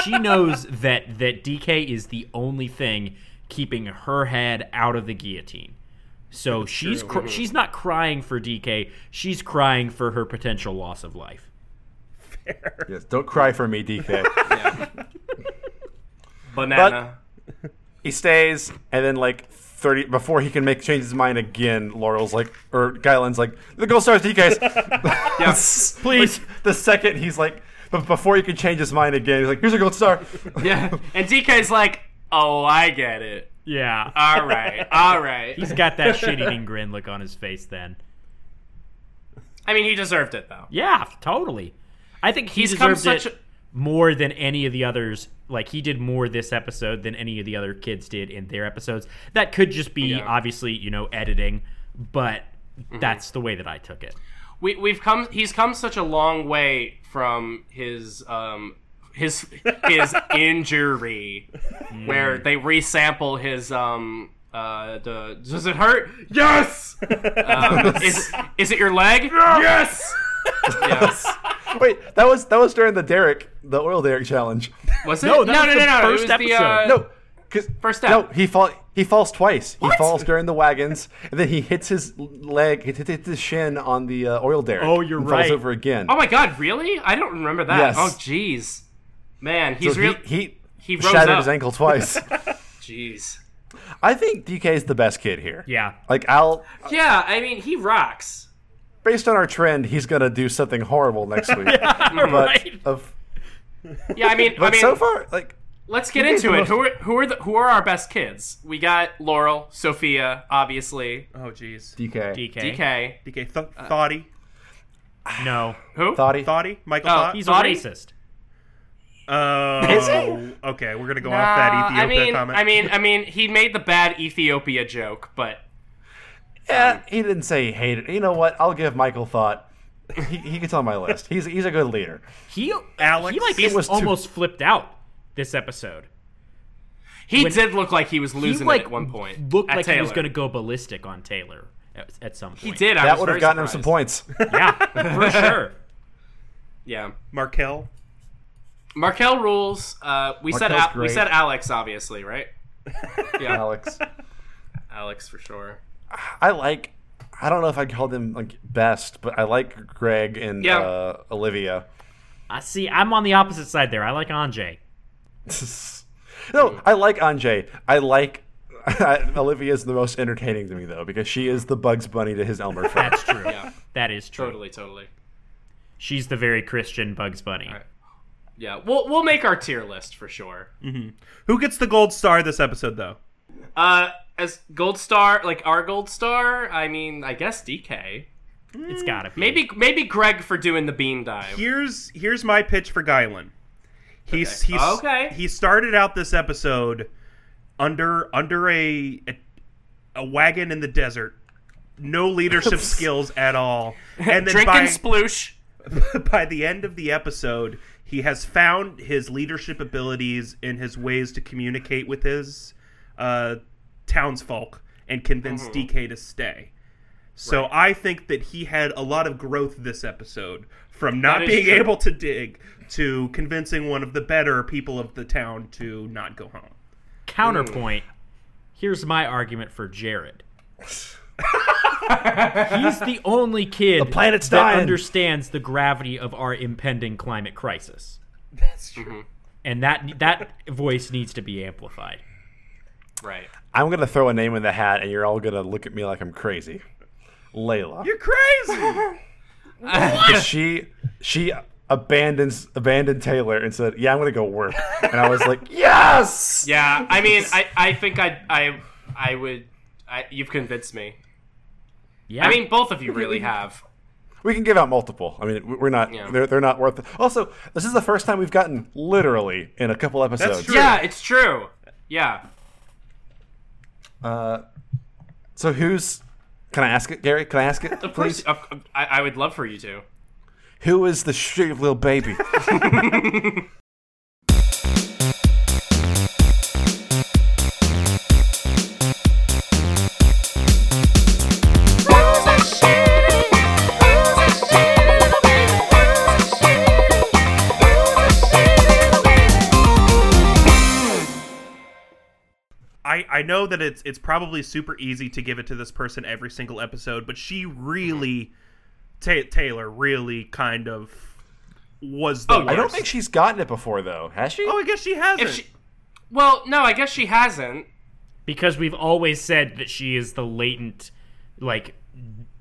Speaker 5: she knows that that DK is the only thing keeping her head out of the guillotine. So she's
Speaker 2: Mm-hmm.
Speaker 5: cr- she's not crying for DK. She's crying for her potential loss of life.
Speaker 3: yes, don't cry for
Speaker 2: <laughs>
Speaker 3: me, DK.
Speaker 2: Banana.
Speaker 3: he stays, and then like thirty before he can make change his mind again. Laurel's like, or Guylin's like, the gold stars,
Speaker 2: <laughs>
Speaker 3: DK's. yes,
Speaker 5: Please.
Speaker 3: The second he's like, but before he can change his mind again, he's like, here's a gold star.
Speaker 2: <laughs> yeah, and DK's like, "Oh, I get it.
Speaker 5: Yeah.
Speaker 2: All right, all right."
Speaker 5: He's got that shit eating grin look on his face then.
Speaker 2: I mean, he deserved it though.
Speaker 5: Yeah, totally. I think he
Speaker 2: He's come
Speaker 5: deserved it
Speaker 2: such a-
Speaker 5: more than any of the others. Like he did more this episode than any of the other kids did in their episodes. That could just be
Speaker 2: Yeah. Mm-hmm.
Speaker 5: obviously, you know, editing, but that's the way that I took it.
Speaker 2: we, we've come he's come such a long way from his um his his injury where they resample his um uh the does it hurt yes um, is, is it your leg yes yes
Speaker 3: <laughs> Wait, that was that was during the Derek, the oil
Speaker 2: <laughs>
Speaker 3: Derek challenge.
Speaker 2: was it
Speaker 5: No, that
Speaker 2: no,
Speaker 5: was
Speaker 2: no no
Speaker 5: the
Speaker 2: no
Speaker 5: first
Speaker 2: it was the, uh,
Speaker 5: episode.
Speaker 3: No, because
Speaker 2: First
Speaker 3: No,
Speaker 2: step.
Speaker 3: he fall he falls twice. He falls during the wagons, and then he hits his leg, he hits his shin on the uh, oil derrick.
Speaker 5: Oh, you're
Speaker 3: and
Speaker 5: right.
Speaker 3: Falls over again.
Speaker 2: oh my god really i don't remember that
Speaker 3: Yes.
Speaker 2: oh jeez man
Speaker 3: So
Speaker 2: he's real
Speaker 3: he
Speaker 2: he
Speaker 3: he,
Speaker 2: rose
Speaker 3: shattered
Speaker 2: up.
Speaker 3: his ankle twice.
Speaker 2: <laughs> jeez
Speaker 3: I think DK is the best kid here.
Speaker 5: Yeah.
Speaker 3: Like I'll
Speaker 2: yeah i mean he rocks
Speaker 3: based on our trend, he's gonna do something horrible next
Speaker 5: <laughs>
Speaker 3: week. but
Speaker 5: right.
Speaker 3: of,
Speaker 2: yeah i mean
Speaker 3: <laughs> but
Speaker 2: i mean
Speaker 3: so far, like
Speaker 2: Let's get
Speaker 3: guys
Speaker 2: into
Speaker 3: are
Speaker 2: it.
Speaker 3: most-
Speaker 2: Who are who are the, who are our best kids? We got Laurel, Sophia, obviously,
Speaker 4: <laughs> oh jeez,
Speaker 3: DK,
Speaker 5: DK.
Speaker 2: DK.
Speaker 4: DK th- Thoughty,
Speaker 5: No.
Speaker 2: Who?
Speaker 3: thought he
Speaker 4: Thoughty, Michael
Speaker 2: Oh,
Speaker 4: Thought.
Speaker 5: He's
Speaker 2: Body?
Speaker 5: a racist.
Speaker 4: Oh,
Speaker 3: Is he?
Speaker 4: okay, we're gonna go
Speaker 2: Uh,
Speaker 4: off that Ethiopia
Speaker 2: I mean,
Speaker 4: comment.
Speaker 2: I mean, I mean, he made the bad Ethiopia joke, but
Speaker 3: Yeah, he didn't say he hated. You know what? I'll give Michael thought. He, he gets on my list. He's he's a good leader.
Speaker 5: He
Speaker 4: Alex?
Speaker 5: he like
Speaker 4: It
Speaker 5: is
Speaker 3: was too-
Speaker 5: almost flipped out this episode.
Speaker 2: He
Speaker 5: when-
Speaker 2: did look like he was
Speaker 5: he
Speaker 2: losing
Speaker 5: like
Speaker 2: it at one point.
Speaker 5: looked
Speaker 2: at
Speaker 5: like he was
Speaker 2: Taylor.
Speaker 5: going to go ballistic on Taylor at, at some point.
Speaker 2: He did. I
Speaker 3: That
Speaker 2: would have
Speaker 3: gotten him some points.
Speaker 5: yeah, for sure.
Speaker 2: Yeah.
Speaker 4: Markel.
Speaker 2: Markel rules. Uh, we said
Speaker 3: Markel's
Speaker 2: Al- we
Speaker 3: great.
Speaker 2: said Alex, obviously, right?
Speaker 3: <laughs>
Speaker 2: Yeah,
Speaker 5: <laughs>
Speaker 3: Alex.
Speaker 2: Alex for sure.
Speaker 3: I like. I don't know if I called them like best, but I like Greg and
Speaker 2: Yeah.
Speaker 3: uh, Olivia.
Speaker 5: I see. I'm on the opposite side there. I like Anjay.
Speaker 2: Hmm.
Speaker 3: no, I like Anjay. I like <laughs> Olivia is the most entertaining to me though because she is the Bugs Bunny to his Elmer.
Speaker 2: <laughs>
Speaker 3: Fudd.
Speaker 5: That's true.
Speaker 2: Yeah.
Speaker 5: That is true.
Speaker 2: Totally, totally.
Speaker 5: She's the very Christian Bugs Bunny.
Speaker 2: right. Yeah, we'll we'll make our tier list for sure.
Speaker 4: Who gets the gold star this episode, though?
Speaker 2: Uh, as gold star, like our gold star. I mean, I guess DK.
Speaker 5: It's got to be.
Speaker 2: Maybe maybe Greg for doing the beam dive.
Speaker 4: Here's here's my pitch for Guylin. He's
Speaker 2: Okay.
Speaker 4: he's
Speaker 2: Okay.
Speaker 4: He started out this episode under under a a, a wagon in the desert, no
Speaker 2: <laughs>
Speaker 4: leadership skills at all, and then
Speaker 2: Drinking
Speaker 4: by,
Speaker 2: sploosh.
Speaker 4: <laughs> by the end of the episode, he has found his leadership abilities and his ways to communicate with his uh, townsfolk and convince
Speaker 2: Mm-hmm.
Speaker 4: DK to stay. So I think that he had a lot of growth this episode from not
Speaker 2: That is
Speaker 4: being
Speaker 2: true.
Speaker 4: able to dig to convincing one of the better people of the town to not go home.
Speaker 5: Counterpoint. Here's my argument
Speaker 2: <laughs>
Speaker 5: for Jared. He's the only kid the
Speaker 3: planet's
Speaker 5: that
Speaker 3: dying.
Speaker 5: understands the gravity of our impending climate crisis.
Speaker 4: That's true.
Speaker 2: Mm-hmm.
Speaker 5: And that that voice needs to be amplified.
Speaker 2: Right.
Speaker 3: I'm gonna throw a name in the hat, and you're all gonna look at me like I'm crazy. Layla.
Speaker 2: <laughs>
Speaker 4: You're crazy.
Speaker 3: Because she she abandons abandoned Taylor and said, "Yeah, I'm gonna go work." And I was
Speaker 2: <laughs>
Speaker 3: like, "Yes."
Speaker 2: Yeah. <laughs> I mean, I I think I I I would. I, you've convinced me.
Speaker 5: Yeah.
Speaker 2: I mean, both of you <laughs> really have.
Speaker 3: We can give out multiple. I mean, we- we're not
Speaker 2: Yeah.
Speaker 3: they're they're not worth. It. Also, this is the first time we've gotten literally in a couple episodes.
Speaker 4: true.
Speaker 2: Yeah, it's true. Yeah.
Speaker 3: So who's can I ask it, Gary? Can I ask it,
Speaker 2: Of course,
Speaker 3: please?
Speaker 2: of, of- I, I would love for you to.
Speaker 3: Who is the shitty little baby?
Speaker 4: I, I know that it's it's probably super easy to give it to this person every single episode, but she really, Ta Taylor really kind of was the.
Speaker 2: Oh, yeah.
Speaker 3: I don't
Speaker 4: worst.
Speaker 3: think she's gotten it before though. Has she?
Speaker 4: Oh, I guess she hasn't.
Speaker 2: If she, well, no, I guess she hasn't.
Speaker 5: because we've always said that she is the latent like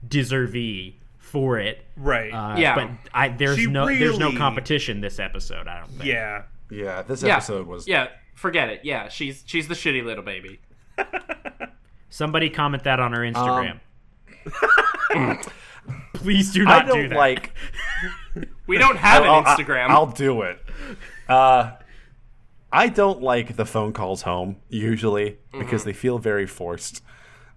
Speaker 5: deservee for it.
Speaker 4: right.
Speaker 5: Uh,
Speaker 2: Yeah.
Speaker 5: but I there's
Speaker 4: She
Speaker 5: no there's no
Speaker 4: really-
Speaker 5: competition this episode, I don't think.
Speaker 4: yeah.
Speaker 3: Yeah, this
Speaker 2: Yeah.
Speaker 3: episode was.
Speaker 2: Yeah. Forget it. Yeah, she's she's the shitty little baby.
Speaker 5: Somebody comment that on her Instagram.
Speaker 3: Um, <laughs>
Speaker 5: Please do
Speaker 3: I
Speaker 5: not
Speaker 3: don't
Speaker 5: do that.
Speaker 3: like.
Speaker 2: We don't have an
Speaker 3: I'll- I'll-
Speaker 2: Instagram.
Speaker 3: I'll do it. Uh, I don't like the phone calls home usually because they feel very forced.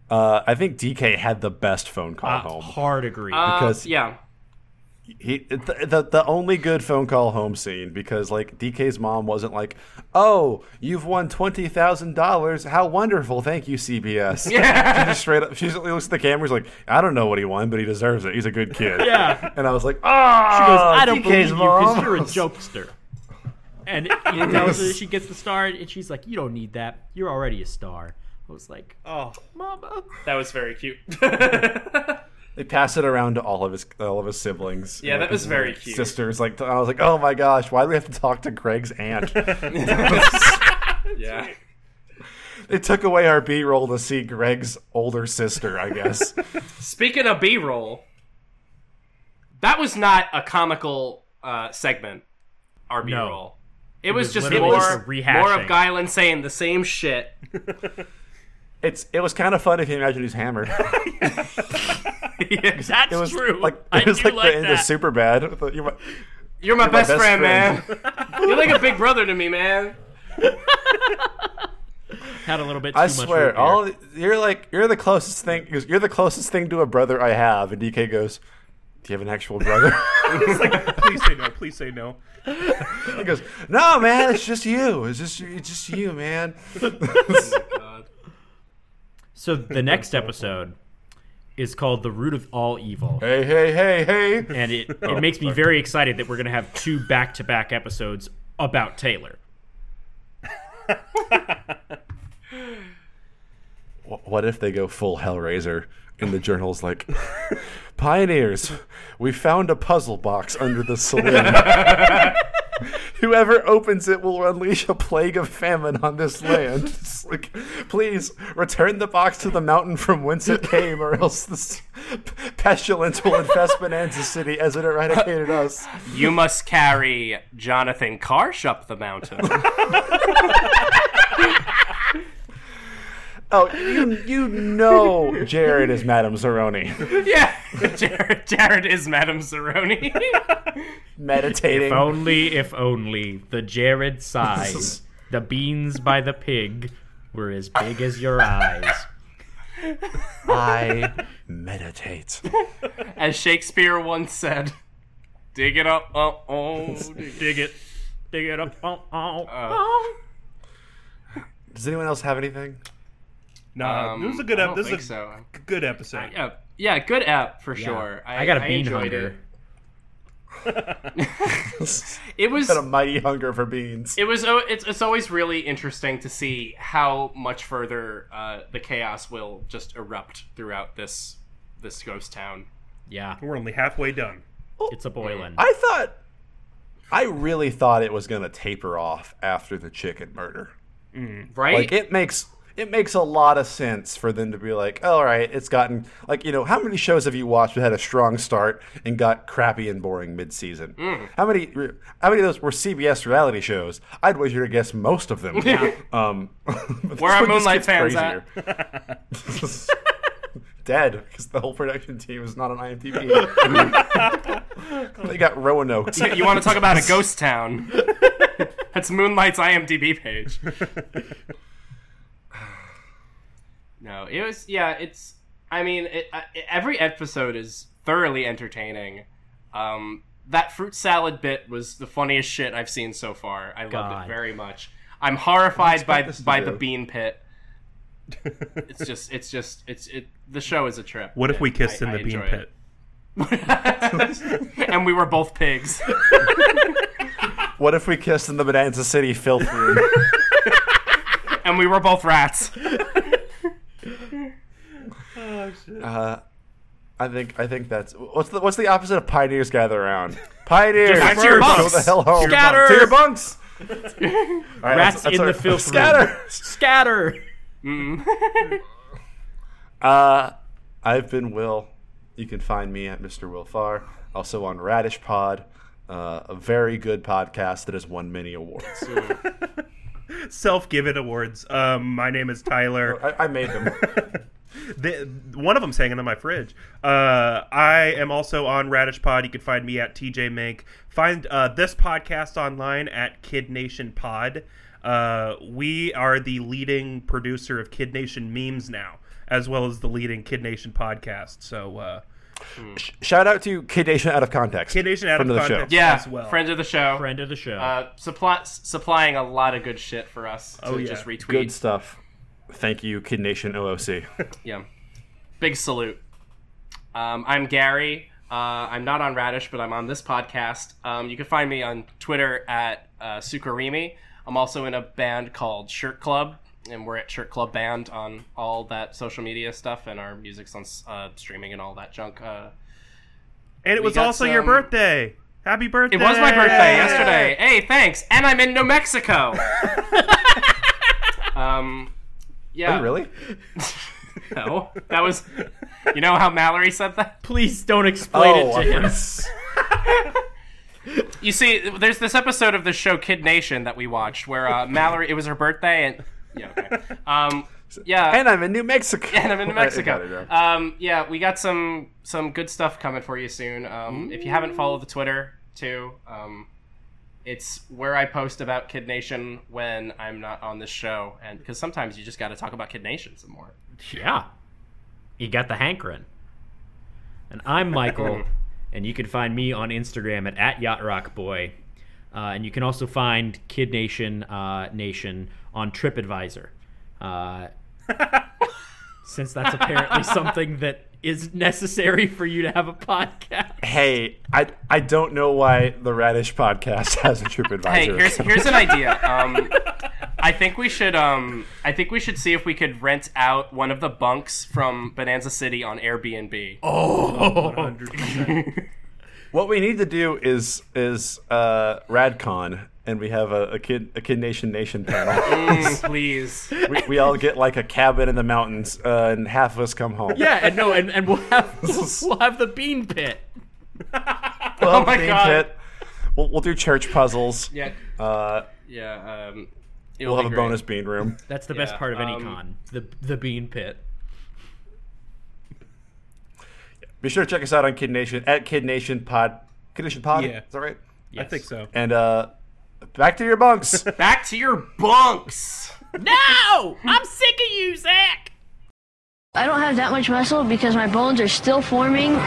Speaker 3: Uh, I think DK had the best phone call
Speaker 5: Uh,
Speaker 3: home
Speaker 5: hard agree.
Speaker 2: Uh,
Speaker 3: because
Speaker 2: Um, yeah.
Speaker 3: he the, the the only good phone call home scene because like DK's mom wasn't like, "Oh, you've won twenty thousand dollars. How wonderful! Thank you, CBS." she just straight up. She just looks at the cameras like, "I don't know what he won, but he deserves it. He's a good kid."
Speaker 5: Yeah.
Speaker 3: And I was like, "Ah!"
Speaker 5: she goes, I don't
Speaker 3: DK's
Speaker 5: believe you because
Speaker 3: mom."
Speaker 5: you're a jokester. And he tells
Speaker 3: <laughs>
Speaker 5: her she gets the star, and she's like, "You don't need that. You're already a star." I was like,
Speaker 4: Oh,
Speaker 5: "Mama."
Speaker 2: That was very
Speaker 5: <laughs>
Speaker 2: cute. yeah,
Speaker 3: They pass it around to all of his all of his siblings.
Speaker 2: Yeah,
Speaker 3: And,
Speaker 2: that
Speaker 3: like,
Speaker 2: was
Speaker 3: his,
Speaker 2: very
Speaker 3: like,
Speaker 2: cute.
Speaker 3: Sisters, like I was like, oh my gosh, why do we have to talk to Greg's
Speaker 5: <laughs>
Speaker 3: aunt? they took away our B roll to see Greg's older sister, I guess.
Speaker 2: Speaking of B-roll, that was not a comical uh, segment. Our B-roll. It, was,
Speaker 5: was
Speaker 2: just
Speaker 5: literally
Speaker 2: more
Speaker 5: just a rehashing.
Speaker 2: more of Guylin saying the same shit.
Speaker 3: it's it was kind of fun if you imagine he's
Speaker 5: <laughs>
Speaker 3: hammered. <laughs>
Speaker 5: That's
Speaker 3: It was
Speaker 5: true.
Speaker 3: like
Speaker 5: I
Speaker 3: it was
Speaker 5: do
Speaker 3: like,
Speaker 5: like
Speaker 3: the end
Speaker 5: that.
Speaker 3: of Super Bad. You're my,
Speaker 2: You're my, best,
Speaker 3: best
Speaker 2: friend,
Speaker 3: friend.
Speaker 2: man. You're like a big brother to me, man.
Speaker 5: Had a little bit. Too
Speaker 3: I
Speaker 5: much root
Speaker 3: swear,
Speaker 5: beer.
Speaker 3: all you're like you're the closest thing. You're the closest thing to a brother I have. And DK goes, Do you have an actual brother? <laughs>
Speaker 2: <laughs>
Speaker 4: He's like, please say no, please say no.
Speaker 3: he goes, No, man, it's just you. It's just it's just you, man.
Speaker 5: So the next episode is called "The Root of All Evil,"
Speaker 3: hey, Oh, hey, hey, hey.
Speaker 5: and it, it makes me very excited that we're going to have two back-to-back episodes about Taylor.
Speaker 3: Wh- What if they go full Hellraiser and the journal's like, Pioneers, we found a puzzle box under the saloon. Whoever opens it will unleash a plague of famine on this land. It's like, please return the box to the mountain from whence it came, or else this pestilence will infest Bonanza City as it eradicated us.
Speaker 2: You must carry Jonathan Karsh up the mountain. <laughs>
Speaker 3: Oh, you, you know Jared is Madame Zeroni,
Speaker 2: yeah, Jared, Jared is Madame Zeroni.
Speaker 3: meditating.
Speaker 5: If only, if only the
Speaker 2: <laughs>
Speaker 5: Jared size, the beans by the pig were as big as your eyes.
Speaker 3: I meditate.
Speaker 2: As Shakespeare once said, "Dig it up, oh, oh dig it."
Speaker 5: Dig it, dig it up. Oh, oh.
Speaker 3: Does anyone else have anything?
Speaker 4: Nah,
Speaker 2: Um,
Speaker 4: this is a good
Speaker 2: I
Speaker 4: ep-
Speaker 2: don't
Speaker 4: this is
Speaker 2: think
Speaker 4: a
Speaker 2: so.
Speaker 4: g- good episode.
Speaker 2: Yeah, yeah, good app for <laughs> sure.
Speaker 5: I, got a bean
Speaker 2: enjoyed
Speaker 5: hunger.
Speaker 2: It, it was
Speaker 3: Got a mighty hunger for beans.
Speaker 2: it was oh, it's, it's always really interesting to see how much further uh, the chaos will just erupt throughout this this ghost town.
Speaker 5: Yeah,
Speaker 4: We're only halfway done.
Speaker 5: it's a boiling.
Speaker 3: I thought, I really thought it was gonna taper off after the chicken murder.
Speaker 2: Right?
Speaker 3: Like it makes it makes a lot of sense for them to be like, all right, it's gotten like you know how many shows have you watched that had a strong start and got crappy and boring mid season?
Speaker 2: Mm.
Speaker 3: How many how many of those were CBS reality shows? I'd wager to guess most of them. <laughs> Um,
Speaker 2: Where are Moonlight fans
Speaker 3: at? <laughs> Dead because the whole production team is not
Speaker 2: <laughs>
Speaker 3: on IMDb. they got Roanoke.
Speaker 2: you want to talk about a ghost
Speaker 4: <laughs>
Speaker 2: town? That's Moonlight's IMDb page. <sighs> no, it was yeah. It's I mean, it, I every episode is thoroughly entertaining. Um, that fruit salad bit was the funniest shit I've seen so far. I loved
Speaker 5: God.
Speaker 2: it very much. I'm horrified by
Speaker 3: this to
Speaker 2: by
Speaker 3: do?
Speaker 2: the bean pit. It's just, it's just, it's it. The show is a trip.
Speaker 4: What if we
Speaker 2: and
Speaker 4: kissed
Speaker 2: I-
Speaker 4: in the
Speaker 2: I
Speaker 4: bean
Speaker 2: enjoy it.
Speaker 4: pit?
Speaker 2: <laughs> and we were both
Speaker 4: <laughs>
Speaker 2: pigs.
Speaker 3: What if we kissed in the Bonanza City filth room?
Speaker 2: and we were both rats.
Speaker 3: Uh, I think I think that's what's the what's the opposite of pioneers gather around. Pioneers,
Speaker 2: Back to your
Speaker 3: first,
Speaker 2: bunks.
Speaker 3: go the hell home.
Speaker 5: Scatter.
Speaker 3: to your bunks. All right,
Speaker 5: Rats in the filth room.
Speaker 3: Scatter.
Speaker 5: Scatter.
Speaker 3: Uh, I've been Will. You can find me at Mr. Will Farr, also on Radish Pod, uh, a very good podcast that has won many awards.
Speaker 4: Self given awards. Um, my name is Tyler.
Speaker 3: I, I made them.
Speaker 4: the, one of them's hanging in my fridge. Uh, I am also on Radish Pod. You can find me at TJ Mink. Find uh, this podcast online at Kid Nation Pod. Uh, we are the leading producer of Kid Nation memes now, as well as the leading Kid Nation podcast. So uh,
Speaker 3: Shout out to Kid Nation out of context.
Speaker 4: Kid Nation out
Speaker 3: Friend
Speaker 4: of
Speaker 3: the show.
Speaker 4: context
Speaker 2: Yeah,
Speaker 4: as well.
Speaker 2: friend of the show.
Speaker 5: Friend of the show.
Speaker 2: Uh, supply, supplying a lot of good shit for us to
Speaker 4: Oh, yeah.
Speaker 2: just retweet.
Speaker 3: Good stuff. Thank you, Kid Nation OOC.
Speaker 2: Yeah. Big salute. Um, I'm Gary. Uh, I'm not on Radish, but I'm on this podcast. Um, you can find me on Twitter at uh, Sukarimi. I'm also in a band called Shirt Club, and we're at Shirt Club Band on all that social media stuff, and our music's on s- uh, streaming and all that junk. Uh,
Speaker 4: and it
Speaker 2: we
Speaker 4: was
Speaker 2: got
Speaker 4: also your
Speaker 2: some-
Speaker 4: birthday. Happy birthday!
Speaker 2: It was my birthday yesterday. Hey, thanks. And I'm in New Mexico. um, yeah.
Speaker 3: Oh, really?
Speaker 2: No, that was. You know how Mallory said that.
Speaker 5: Please don't
Speaker 2: uh,
Speaker 5: explain
Speaker 3: Oh,
Speaker 5: it to him.
Speaker 2: You see, there's this episode of the show Kid Nation that we watched where uh, Mallory. It was her birthday, and yeah, okay. Um, yeah.
Speaker 3: and I'm in New Mexico.
Speaker 2: <laughs> and I'm in New
Speaker 3: <laughs> I- I got it
Speaker 2: Mexico.
Speaker 3: now.
Speaker 2: Um, yeah, we got some some good stuff coming for you soon. Um, if you haven't followed the Twitter too, um, it's where I post about Kid Nation when I'm not on this show, and because sometimes you just got to talk about Kid Nation some more.
Speaker 5: Yeah. You got the hankering. And I'm Michael, And you can find me on Instagram at, at YachtRockBoy. Uh, and you can also find Kid Nation uh, Nation on TripAdvisor. Uh, since that's apparently something that is necessary for you to have a podcast.
Speaker 3: <laughs> Hey, I I don't know why the Radish podcast <laughs> has a TripAdvisor.
Speaker 2: Hey, here's here's an idea. Um, I think we should um, I think we should see if we could rent out one of the bunks from Bonanza City on Airbnb. <laughs> Mm,
Speaker 5: Oh,
Speaker 4: 100%.
Speaker 3: <laughs> What we need to do is is uh, Radcon, and we have a, a kid a kid nation nation panel.
Speaker 2: <laughs> Mm,
Speaker 3: <laughs>
Speaker 2: please.
Speaker 3: we, we all get like a cabin in the mountains, uh, and half of us come home.
Speaker 5: yeah, and no, and, and we'll have we'll have the bean pit.
Speaker 3: Well,
Speaker 2: Oh my
Speaker 3: theme
Speaker 2: God.
Speaker 3: pit. We'll, we'll do church puzzles.
Speaker 2: Yeah.
Speaker 3: Uh,
Speaker 2: Yeah. Um,
Speaker 3: we'll have a bonus bean room.
Speaker 5: That's the
Speaker 2: Yeah,
Speaker 5: best part of any
Speaker 2: um,
Speaker 5: con. The the bean pit.
Speaker 3: Be sure to check us out on Kid Nation at Kid Nation Pod. Kid Nation Pod.
Speaker 4: Yeah.
Speaker 3: Is that right?
Speaker 4: I think so.
Speaker 3: And uh, back to your
Speaker 2: <laughs>
Speaker 3: bunks.
Speaker 2: Back to your bunks.
Speaker 6: No! I'm sick of you, Zach!
Speaker 8: I don't have that much muscle because my bones are still forming.